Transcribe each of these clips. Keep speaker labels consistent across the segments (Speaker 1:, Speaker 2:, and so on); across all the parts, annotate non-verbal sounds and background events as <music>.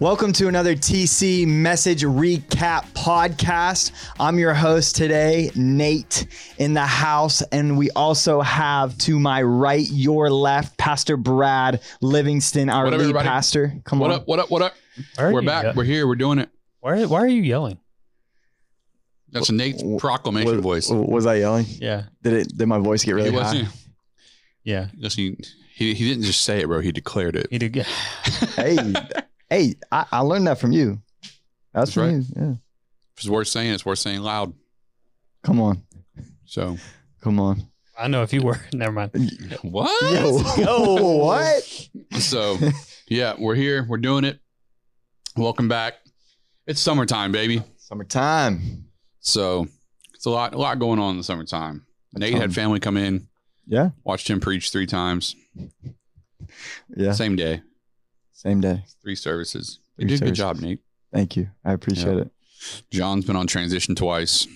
Speaker 1: Welcome to another TC Message Recap Podcast. I'm your host today, Nate, in the house. And we also have to my right, your left, Pastor Brad Livingston, our
Speaker 2: What up,
Speaker 1: lead
Speaker 2: everybody?
Speaker 1: pastor. Come
Speaker 2: What
Speaker 1: on.
Speaker 2: up? What up? What up?
Speaker 3: Why are
Speaker 2: We're
Speaker 3: you
Speaker 2: back.
Speaker 3: ye-
Speaker 2: We're here. We're doing it.
Speaker 3: Why, why are you yelling?
Speaker 2: That's Nate's
Speaker 1: w-
Speaker 2: proclamation
Speaker 1: was,
Speaker 2: voice.
Speaker 1: was I yelling?
Speaker 3: Yeah.
Speaker 1: Did it? Did my voice get really
Speaker 2: he
Speaker 1: high?
Speaker 2: wasn't.
Speaker 3: Yeah.
Speaker 2: Listen, he, he didn't just say it, bro. He declared it.
Speaker 3: You did good.
Speaker 2: <laughs>
Speaker 1: hey, hey, I, I learned that from you. That's,
Speaker 2: That's
Speaker 1: from
Speaker 2: right.
Speaker 1: you. Yeah.
Speaker 2: If it's worth saying. It's worth saying loud.
Speaker 1: Come on, <laughs>
Speaker 2: So
Speaker 1: come on.
Speaker 3: I know if you were. <laughs> Never mind.
Speaker 2: what?
Speaker 1: <laughs> Yo,
Speaker 3: go.
Speaker 1: what?
Speaker 2: So yeah, we're here. We're doing it. Welcome back. It's summertime, baby.
Speaker 1: Summertime.
Speaker 2: So it's a lot, a lot going on in the summertime. Nate
Speaker 1: ton.
Speaker 2: had family come in.
Speaker 1: Yeah,
Speaker 2: Watched him preach three times,
Speaker 1: yeah.
Speaker 2: same day,
Speaker 1: Same day.
Speaker 2: three services. You
Speaker 1: Three
Speaker 2: did a good
Speaker 1: services.
Speaker 2: job, Nate.
Speaker 1: Thank you. I appreciate it.
Speaker 2: John's been on transition twice.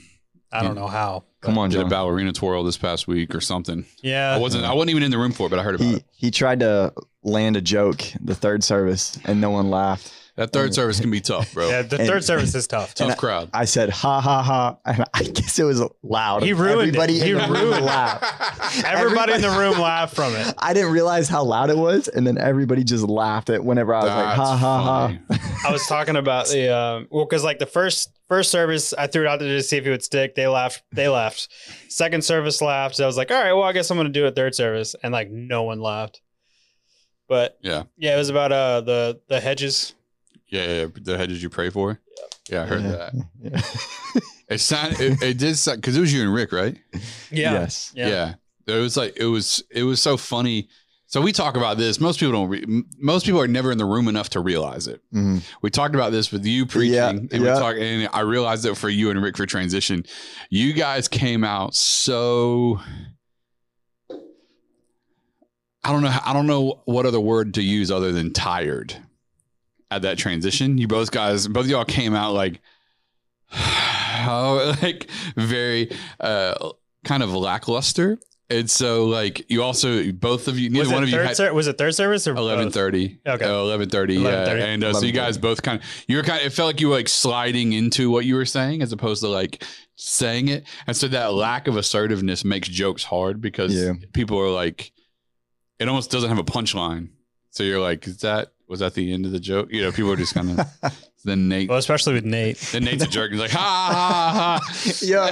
Speaker 3: I don't know how.
Speaker 1: Come on,
Speaker 2: Did
Speaker 1: John. Uh-huh.
Speaker 2: a ballerina twirl this past week or something. I
Speaker 3: Yeah.
Speaker 2: wasn't. I wasn't even in the room for it, but I heard about
Speaker 1: he
Speaker 2: it.
Speaker 1: he tried to land a joke the third service and no one laughed.
Speaker 2: That third service can be tough, bro.
Speaker 3: Yeah, the
Speaker 1: And-
Speaker 3: third service
Speaker 2: <laughs>
Speaker 3: is tough.
Speaker 2: tough
Speaker 1: and
Speaker 2: crowd.
Speaker 1: I said ha ha ha, and I guess it was loud.
Speaker 3: He ruined it.
Speaker 1: Everybody
Speaker 3: He
Speaker 1: in the room
Speaker 3: ruined it.
Speaker 1: laughed.
Speaker 3: Everybody in the room laughed
Speaker 2: <laughs>
Speaker 3: from it.
Speaker 1: I didn't realize how loud it was, and then everybody just laughed at whenever I was like
Speaker 2: <laughs> That's
Speaker 1: ha ha
Speaker 2: funny.
Speaker 1: ha.
Speaker 3: I was talking about the um, well, because like the first first service, I threw it out there to see if it would stick. They laughed. They laughed. Second service laughed. I was like, all right, well, I guess I'm gonna do a third service, and like no one laughed. But
Speaker 2: Yeah.
Speaker 3: yeah, it was about uh the the hedges.
Speaker 2: Yeah, yeah, yeah. the hedges you pray for. Yeah, I heard
Speaker 1: Yeah.
Speaker 2: that.
Speaker 1: Yeah. <laughs>
Speaker 2: It sounded. It, it did sound because it was you and Rick, right?
Speaker 1: Yes.
Speaker 3: Yeah.
Speaker 2: It was like it was. It was so funny. So we talk about this. Most people don't. Re- m- most people are never in the room enough to realize it.
Speaker 1: Mhm.
Speaker 2: We talked about this with you preaching,
Speaker 1: Yeah,
Speaker 2: and we
Speaker 1: yeah.
Speaker 2: talk, and I realized that for you and Rick for transition, you guys came out so. I don't know. I don't know what other word to use other than tired. At that transition, you both guys, both of y'all came out like, <sighs> oh, <laughs> like very uh, kind of lackluster, and so like you also both of you, neither
Speaker 3: was, it
Speaker 2: one of you
Speaker 3: third
Speaker 2: had
Speaker 3: ser- was it third service or both?
Speaker 2: Eleven thirty. Oh,
Speaker 3: Okay.
Speaker 2: Eleven thirty. Yeah.
Speaker 3: 11:30.
Speaker 2: And uh, so you guys both kind of you were kind. Of, it felt like you were like sliding into what you were saying as opposed to like saying it. And so that lack of assertiveness makes jokes hard because
Speaker 1: Yeah.
Speaker 2: people are like, it almost doesn't have a punchline. So you're like, is that was that the end of the joke? You know, people are just kind of then Nate.
Speaker 3: Well, especially with Nate.
Speaker 2: Then Nate's a jerk. He's like, ha ha ha.
Speaker 1: Yeah.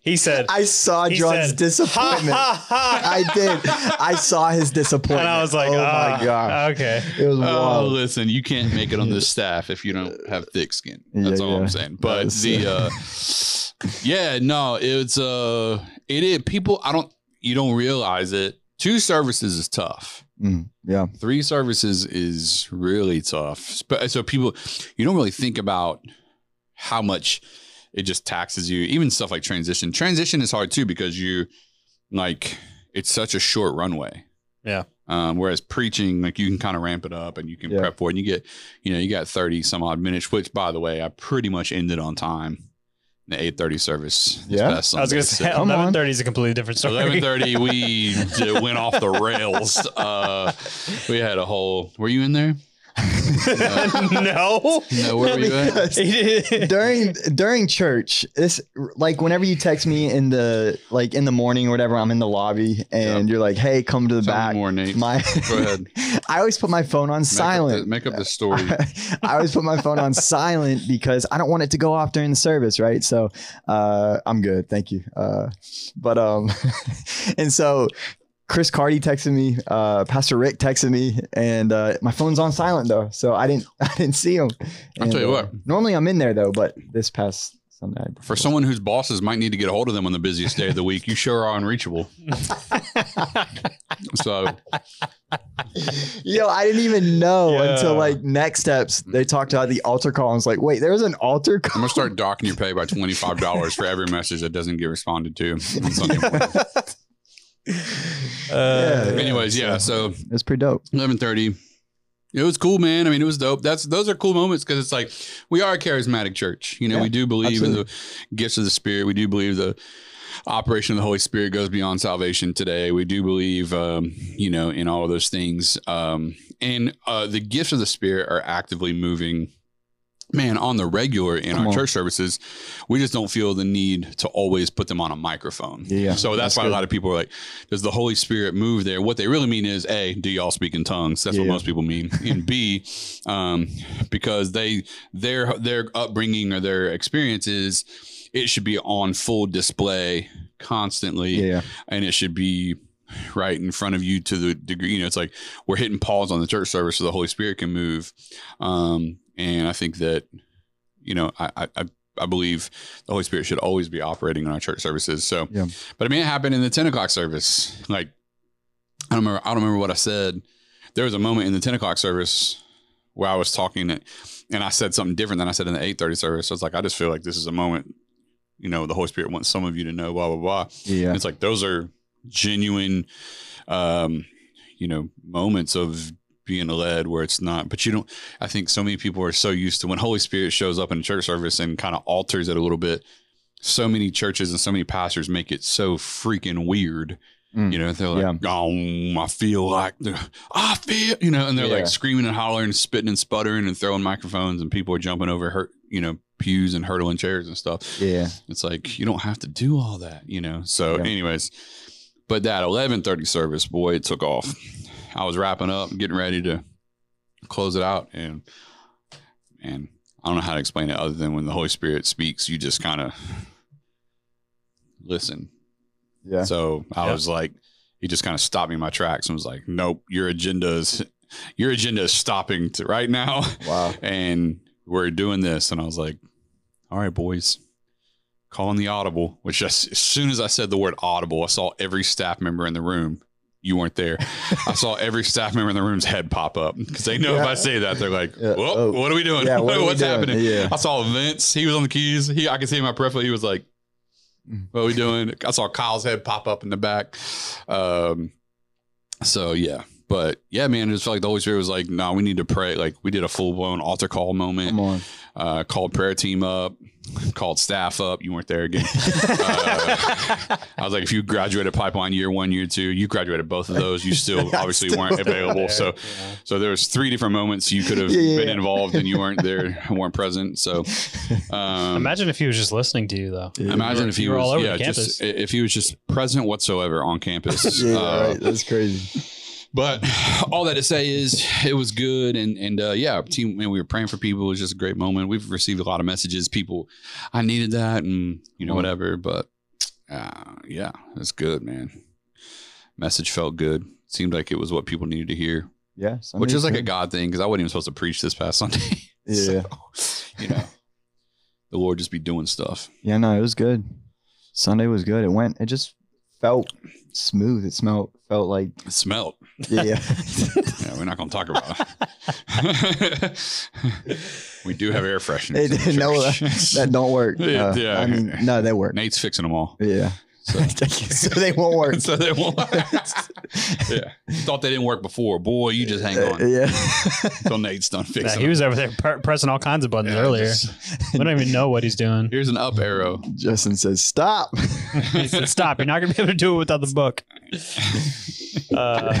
Speaker 3: He said,
Speaker 1: I saw
Speaker 3: he
Speaker 1: John's
Speaker 3: said,
Speaker 1: disappointment.
Speaker 3: <laughs> Ha, ha, ha.
Speaker 1: I did. I saw his disappointment.
Speaker 3: <laughs> and I was like,
Speaker 1: oh
Speaker 3: ah,
Speaker 1: my god,
Speaker 3: Okay.
Speaker 1: it was
Speaker 2: Oh,
Speaker 1: wild.
Speaker 2: listen, you can't make it
Speaker 1: <laughs>
Speaker 2: on this staff if you don't have thick skin. That's
Speaker 1: Yeah,
Speaker 2: all
Speaker 1: yeah.
Speaker 2: I'm saying. But
Speaker 1: That's- <laughs>
Speaker 2: the uh yeah, no, it's uh it is people I don't you don't realize it. Two services is tough.
Speaker 1: Mm, yeah,
Speaker 2: Three services is really tough. Sp- So people you don't really think about how much it just taxes you. Even stuff like transition. Transition is hard too because you like it's such a short runway.
Speaker 3: Yeah.
Speaker 2: Um, whereas preaching, like you can kind of ramp it up and you can
Speaker 1: Yeah.
Speaker 2: prep for it. And you get, you know, you got 30 some odd minutes, which by the way, I pretty much ended on time in the 830 service. this
Speaker 1: Yeah?
Speaker 2: past
Speaker 3: I was
Speaker 2: Sunday.
Speaker 3: going to say
Speaker 2: So-
Speaker 1: Come on.
Speaker 3: 1130 is a completely different story.
Speaker 2: 11:30, we j- went off the rails. Uh, we had a whole. Were you in there?
Speaker 3: <laughs> no.
Speaker 2: No, where were
Speaker 1: <laughs>
Speaker 2: you at?
Speaker 1: Because during during church, it's like whenever you text me in the like in the morning or whatever, I'm in the lobby and you're like, "Hey, come to the
Speaker 2: Tell me
Speaker 1: back."
Speaker 2: more, Nate.
Speaker 1: My,
Speaker 2: Go ahead. Make
Speaker 1: <laughs> I always put my phone on
Speaker 2: up the-
Speaker 1: silent.
Speaker 2: Make up the story.
Speaker 1: <laughs> I always put my phone on silent because I don't want it to go off during the service, right? So uh, I'm good, thank you. Uh, but um, <laughs> and so Chris Cardi texted me, uh, Pastor Rick texted me, and uh, my phone's on silent though, so I didn't <laughs> I didn't see him.
Speaker 2: I'll tell you
Speaker 1: And,
Speaker 2: what.
Speaker 1: uh, normally I'm in there though, but this past Sunday, I-
Speaker 2: For someone whose bosses might need to get a hold of them on the busiest day of the week, you sure
Speaker 1: <laughs>
Speaker 2: are unreachable. so
Speaker 1: <laughs> yo, I didn't even know
Speaker 3: Yeah.
Speaker 1: until like next steps. They talked about the altar call. and I was like, wait, there was an altar
Speaker 2: I'm
Speaker 1: call. <laughs>
Speaker 2: gonna start docking your pay by twenty five dollars for every message that doesn't get responded to. on Sunday morning.
Speaker 3: Uh,
Speaker 1: Yeah.
Speaker 2: Anyways, yeah. So
Speaker 1: It's pretty dope.
Speaker 2: eleven thirty. It was cool, man. I mean, it was dope. That's those are cool moments because it's like we are a charismatic church. You know,
Speaker 1: Yeah,
Speaker 2: we do believe in the gifts of the spirit. We do believe the operation of the Holy Spirit goes beyond salvation today. We do believe, um, you know, in all of those things. Um, and uh, the gifts of the Spirit are actively moving, man, on the regular in
Speaker 1: Come
Speaker 2: our
Speaker 1: on.
Speaker 2: church services. We just don't feel the need to always put them on a microphone.
Speaker 1: Yeah,
Speaker 2: So that's,
Speaker 1: that's
Speaker 2: why
Speaker 1: good.
Speaker 2: a lot of people are like, does the Holy Spirit move there? What they really mean is, A, do y'all speak in tongues? That's what
Speaker 1: Yeah.
Speaker 2: most people mean. And B, um, because they their their upbringing or their experiences it should be on full display constantly
Speaker 1: Yeah.
Speaker 2: and it should be right in front of you to the degree you know it's like we're hitting pause on the church service so the holy spirit can move um and i think that you know i i, I- I believe the Holy Spirit should always be operating in our church services. So,
Speaker 1: Yeah.
Speaker 2: but I mean, it happened in the 10 o'clock service. Like, I don't remember, I don't remember what I said. There was a moment in the 10 o'clock service where I was talking and and I said something different than I said in the 8:30 service. So it's like I just feel like this is a moment, you know, the Holy Spirit wants some of you to know, blah blah blah.
Speaker 1: Yeah.
Speaker 2: And it's like those are genuine, um, you know, moments of being led where it's not. But you don't. I think so many people are so used to when Holy Spirit shows up in a church service and kind of alters it a little bit. So many churches and so many pastors make it so freaking weird.
Speaker 1: Mm.
Speaker 2: You know, they're like, oh, I feel like, the- I feel, you know, and they're
Speaker 1: Yeah.
Speaker 2: like screaming and hollering, spitting and sputtering and throwing microphones, and people are jumping over, hurt, you know, pews and hurtling chairs and stuff
Speaker 1: Yeah.
Speaker 2: it's like you don't have to do all that, you know. So,
Speaker 1: Yeah.
Speaker 2: anyways, but that eleven thirty service, boy, it took off. I was wrapping up, getting ready to close it out, and and I don't know how to explain it other than when the Holy Spirit speaks, you just kind of listen.
Speaker 1: Yeah.
Speaker 2: So I
Speaker 3: Yeah.
Speaker 2: was like, he just kind of stopped me in my tracks and was like, "Nope, your agenda is your agenda is stopping to right now."
Speaker 1: Wow.
Speaker 2: and we're doing this and i was like all right boys calling the audible which just, as soon as i said the word audible i saw every staff member in the room you weren't there
Speaker 1: <laughs>
Speaker 2: i saw every staff member in the room's head pop up because they know if
Speaker 1: Yeah.
Speaker 2: i say that they're like
Speaker 1: Yeah,
Speaker 2: well
Speaker 1: oh,
Speaker 2: <laughs> what are we doing <laughs>
Speaker 1: Yeah. What are we
Speaker 2: what's
Speaker 1: doing?
Speaker 2: happening
Speaker 1: Yeah.
Speaker 2: i saw vince he was on the keys he i could see in my peripheral he was like
Speaker 1: Mm.
Speaker 2: what are we doing i saw kyle's head pop up in the back um so yeah but yeah, man, it just felt like the Holy Spirit was like, "No, we need to pray." Like we did a full blown altar call moment
Speaker 1: Come on.
Speaker 2: uh, called prayer team up, called staff up. You weren't
Speaker 1: <laughs>
Speaker 2: there again. Uh, I was like, if you graduated pipeline year one, year two, you graduated both of those. You
Speaker 1: <laughs>
Speaker 2: still
Speaker 1: I
Speaker 2: obviously
Speaker 1: still
Speaker 2: weren't
Speaker 1: wasn't
Speaker 2: available. So,
Speaker 3: Yeah.
Speaker 2: so there was three different moments you could
Speaker 1: <laughs>
Speaker 2: have
Speaker 1: Yeah, yeah,
Speaker 2: been
Speaker 1: yeah.
Speaker 2: involved and
Speaker 1: <laughs>
Speaker 2: you weren't there, weren't present. So, um,
Speaker 3: <laughs> Imagine if he was just listening to you though.
Speaker 1: Yeah.
Speaker 2: imagine if he
Speaker 3: You were all
Speaker 2: was,
Speaker 3: over
Speaker 2: yeah,
Speaker 3: the
Speaker 2: just,
Speaker 3: campus.
Speaker 2: if he was just present whatsoever on
Speaker 1: <laughs>
Speaker 2: campus.
Speaker 1: Yeah.
Speaker 2: Uh,
Speaker 1: right. That's crazy.
Speaker 2: but all that to say is it was good and and uh, yeah team man we were praying for people it was just a great moment we've received a lot of messages people i needed that and you know
Speaker 3: Mm-hmm.
Speaker 1: Mhm.
Speaker 2: whatever but uh, yeah it's good man message felt good seemed like it was what people needed to hear
Speaker 1: <laughs> Yeah.
Speaker 2: which is like a
Speaker 1: guy.
Speaker 2: god thing because i wasn't even supposed to preach this past <laughs> sunday
Speaker 1: Yeah.
Speaker 2: so, you know the lord just be doing stuff
Speaker 1: Yeah, no, it was good. Sunday was good. It went. It just felt smooth. It smelled felt like
Speaker 2: it smelled
Speaker 1: <laughs> yeah.
Speaker 2: yeah, we're not gonna talk about it <laughs> we do have air fresheners
Speaker 1: They
Speaker 2: in the
Speaker 1: didn't know <laughs>
Speaker 2: church. <laughs>
Speaker 1: that don't work.
Speaker 2: Yeah,
Speaker 1: Uh,
Speaker 2: yeah.
Speaker 1: I mean, no, they
Speaker 2: <laughs>
Speaker 1: work.
Speaker 2: Nate's fixing them all.
Speaker 1: Yeah. <laughs>
Speaker 2: So,
Speaker 1: so they won't work.
Speaker 2: <laughs> so they
Speaker 1: <laughs>
Speaker 2: won't. yeah. Thought they didn't work before. Boy, you just hang
Speaker 1: Uh,
Speaker 2: on
Speaker 1: yeah.
Speaker 2: until Nate's done fixing
Speaker 3: Yeah, he
Speaker 2: them.
Speaker 3: was over there per- pressing all kinds of buttons
Speaker 2: Yeah,
Speaker 3: earlier.
Speaker 2: just-
Speaker 3: We don't even know what
Speaker 2: <laughs>
Speaker 3: he's doing.
Speaker 2: here's an up
Speaker 3: <laughs>
Speaker 2: arrow.
Speaker 1: <laughs> Justin says stop. <laughs>
Speaker 3: He said, "Stop! You're not going to be able to do it without
Speaker 2: <laughs>
Speaker 3: the book."
Speaker 1: <laughs>
Speaker 3: Uh,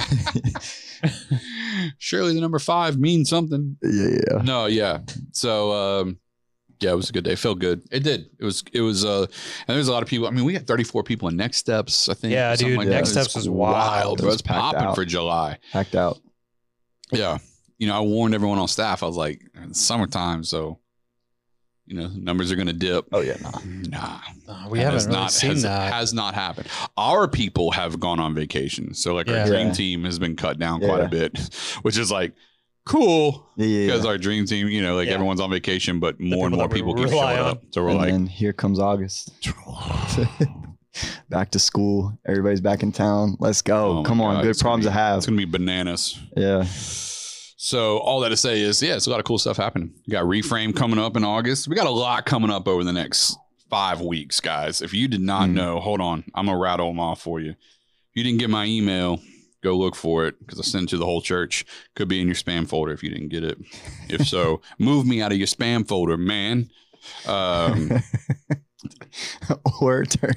Speaker 2: Surely the number five means something.
Speaker 1: yeah, yeah.
Speaker 2: No, yeah. So, um, yeah, it was a good day. Felt good. It did. It was. It was. Uh, and there's a lot of people. I mean, we had 34 people in Next Steps. I think.
Speaker 3: Yeah,
Speaker 2: something
Speaker 3: dude,
Speaker 2: Like
Speaker 3: Next
Speaker 2: that. It
Speaker 3: Steps was wild.
Speaker 2: bro.
Speaker 1: It
Speaker 2: It
Speaker 1: was
Speaker 2: was
Speaker 1: packed
Speaker 2: popping
Speaker 1: out.
Speaker 2: for July.
Speaker 1: Hacked out.
Speaker 2: Yeah. You know, I warned everyone on staff. I was like, it's summertime, so you know, numbers are gonna dip.
Speaker 1: Oh yeah, nah.
Speaker 2: Nah.
Speaker 3: Uh, we
Speaker 2: That has
Speaker 3: haven't really seen
Speaker 2: has,
Speaker 3: that.
Speaker 2: has not happened. Our people have gone on vacation. So like
Speaker 3: Yeah.
Speaker 2: our dream
Speaker 1: Yeah.
Speaker 2: team has been cut down quite
Speaker 1: Yeah.
Speaker 2: a bit, <laughs> which is like cool.
Speaker 1: Yeah, yeah.
Speaker 2: Because
Speaker 1: yeah.
Speaker 2: our dream team, you know, like
Speaker 3: Yeah.
Speaker 2: everyone's on vacation, but more and more
Speaker 3: people that we
Speaker 2: people keep
Speaker 3: rely
Speaker 2: showing
Speaker 3: on.
Speaker 2: up. So we're
Speaker 1: and
Speaker 2: like,
Speaker 1: then here comes August. <laughs> back to school. Everybody's back in town. Let's go.
Speaker 2: Oh my
Speaker 1: Come on,
Speaker 2: God,
Speaker 1: good
Speaker 2: it's gonna
Speaker 1: problems
Speaker 2: be-
Speaker 1: to have.
Speaker 2: <laughs> It's gonna be bananas.
Speaker 1: yeah.
Speaker 2: So all that to say is, yeah, it's a lot of cool stuff happening. We got reframe coming up in August. We got a lot coming up over the next five weeks, guys. If you did not
Speaker 3: Hmm.
Speaker 1: Mm.
Speaker 2: know, hold on, I'm gonna rattle them off for you. If you didn't get my email, go look for it because I sent it to the whole church. Could be in your spam folder if you didn't get it.
Speaker 3: <laughs>
Speaker 2: If so, move me out of your spam folder, man. Um,
Speaker 1: <laughs> or turn,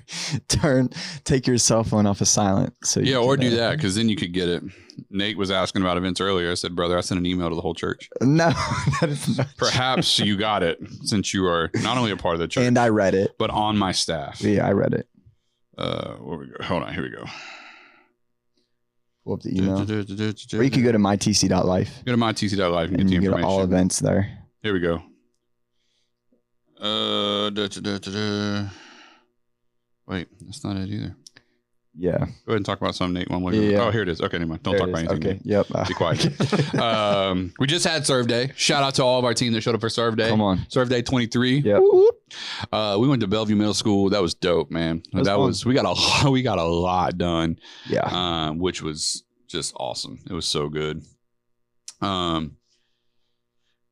Speaker 1: turn, take your cell phone off of silent. So you
Speaker 2: Yeah,
Speaker 1: can,
Speaker 2: or do
Speaker 1: uh,
Speaker 2: that because then you could get it. Nate was asking about events earlier. I said, brother, I sent an email to the whole church.
Speaker 1: <laughs> No, that is not.
Speaker 2: Perhaps you got it since you are not only a part of the church,
Speaker 1: And I read it.
Speaker 2: but on my staff.
Speaker 1: Yeah, I read it.
Speaker 2: Uh, where we go? Hold on. Here we go.
Speaker 1: Pull up the
Speaker 2: You
Speaker 1: email. Or you
Speaker 2: could
Speaker 1: could go to mytc.life
Speaker 2: Go to mytc.live and get
Speaker 1: and
Speaker 2: the
Speaker 1: you get
Speaker 2: information.
Speaker 1: all events there.
Speaker 2: Here we go. Uh, da, da, da, da, da. Wait, that's not it either.
Speaker 1: Yeah.
Speaker 2: Go ahead and talk about something, Nate. One way.
Speaker 1: Yeah.
Speaker 2: Oh, here it is. Okay, never mind. Don't
Speaker 1: There
Speaker 2: talk
Speaker 1: it
Speaker 2: about
Speaker 1: is.
Speaker 2: anything.
Speaker 1: Okay. Yep. Uh, <laughs>
Speaker 2: Be quiet. Nate. um, we just had Serve Day. Shout out to all of our team that showed up for Serve Day.
Speaker 1: Come on.
Speaker 2: Serve Day 23.
Speaker 1: Yep.
Speaker 2: Uh, we went to Bellevue Middle School. That was dope, man.
Speaker 1: was
Speaker 2: that
Speaker 1: fun.
Speaker 2: was we got a lot, <laughs> we got a lot done
Speaker 1: Yeah.
Speaker 2: um, which was just awesome. It was so good. Um,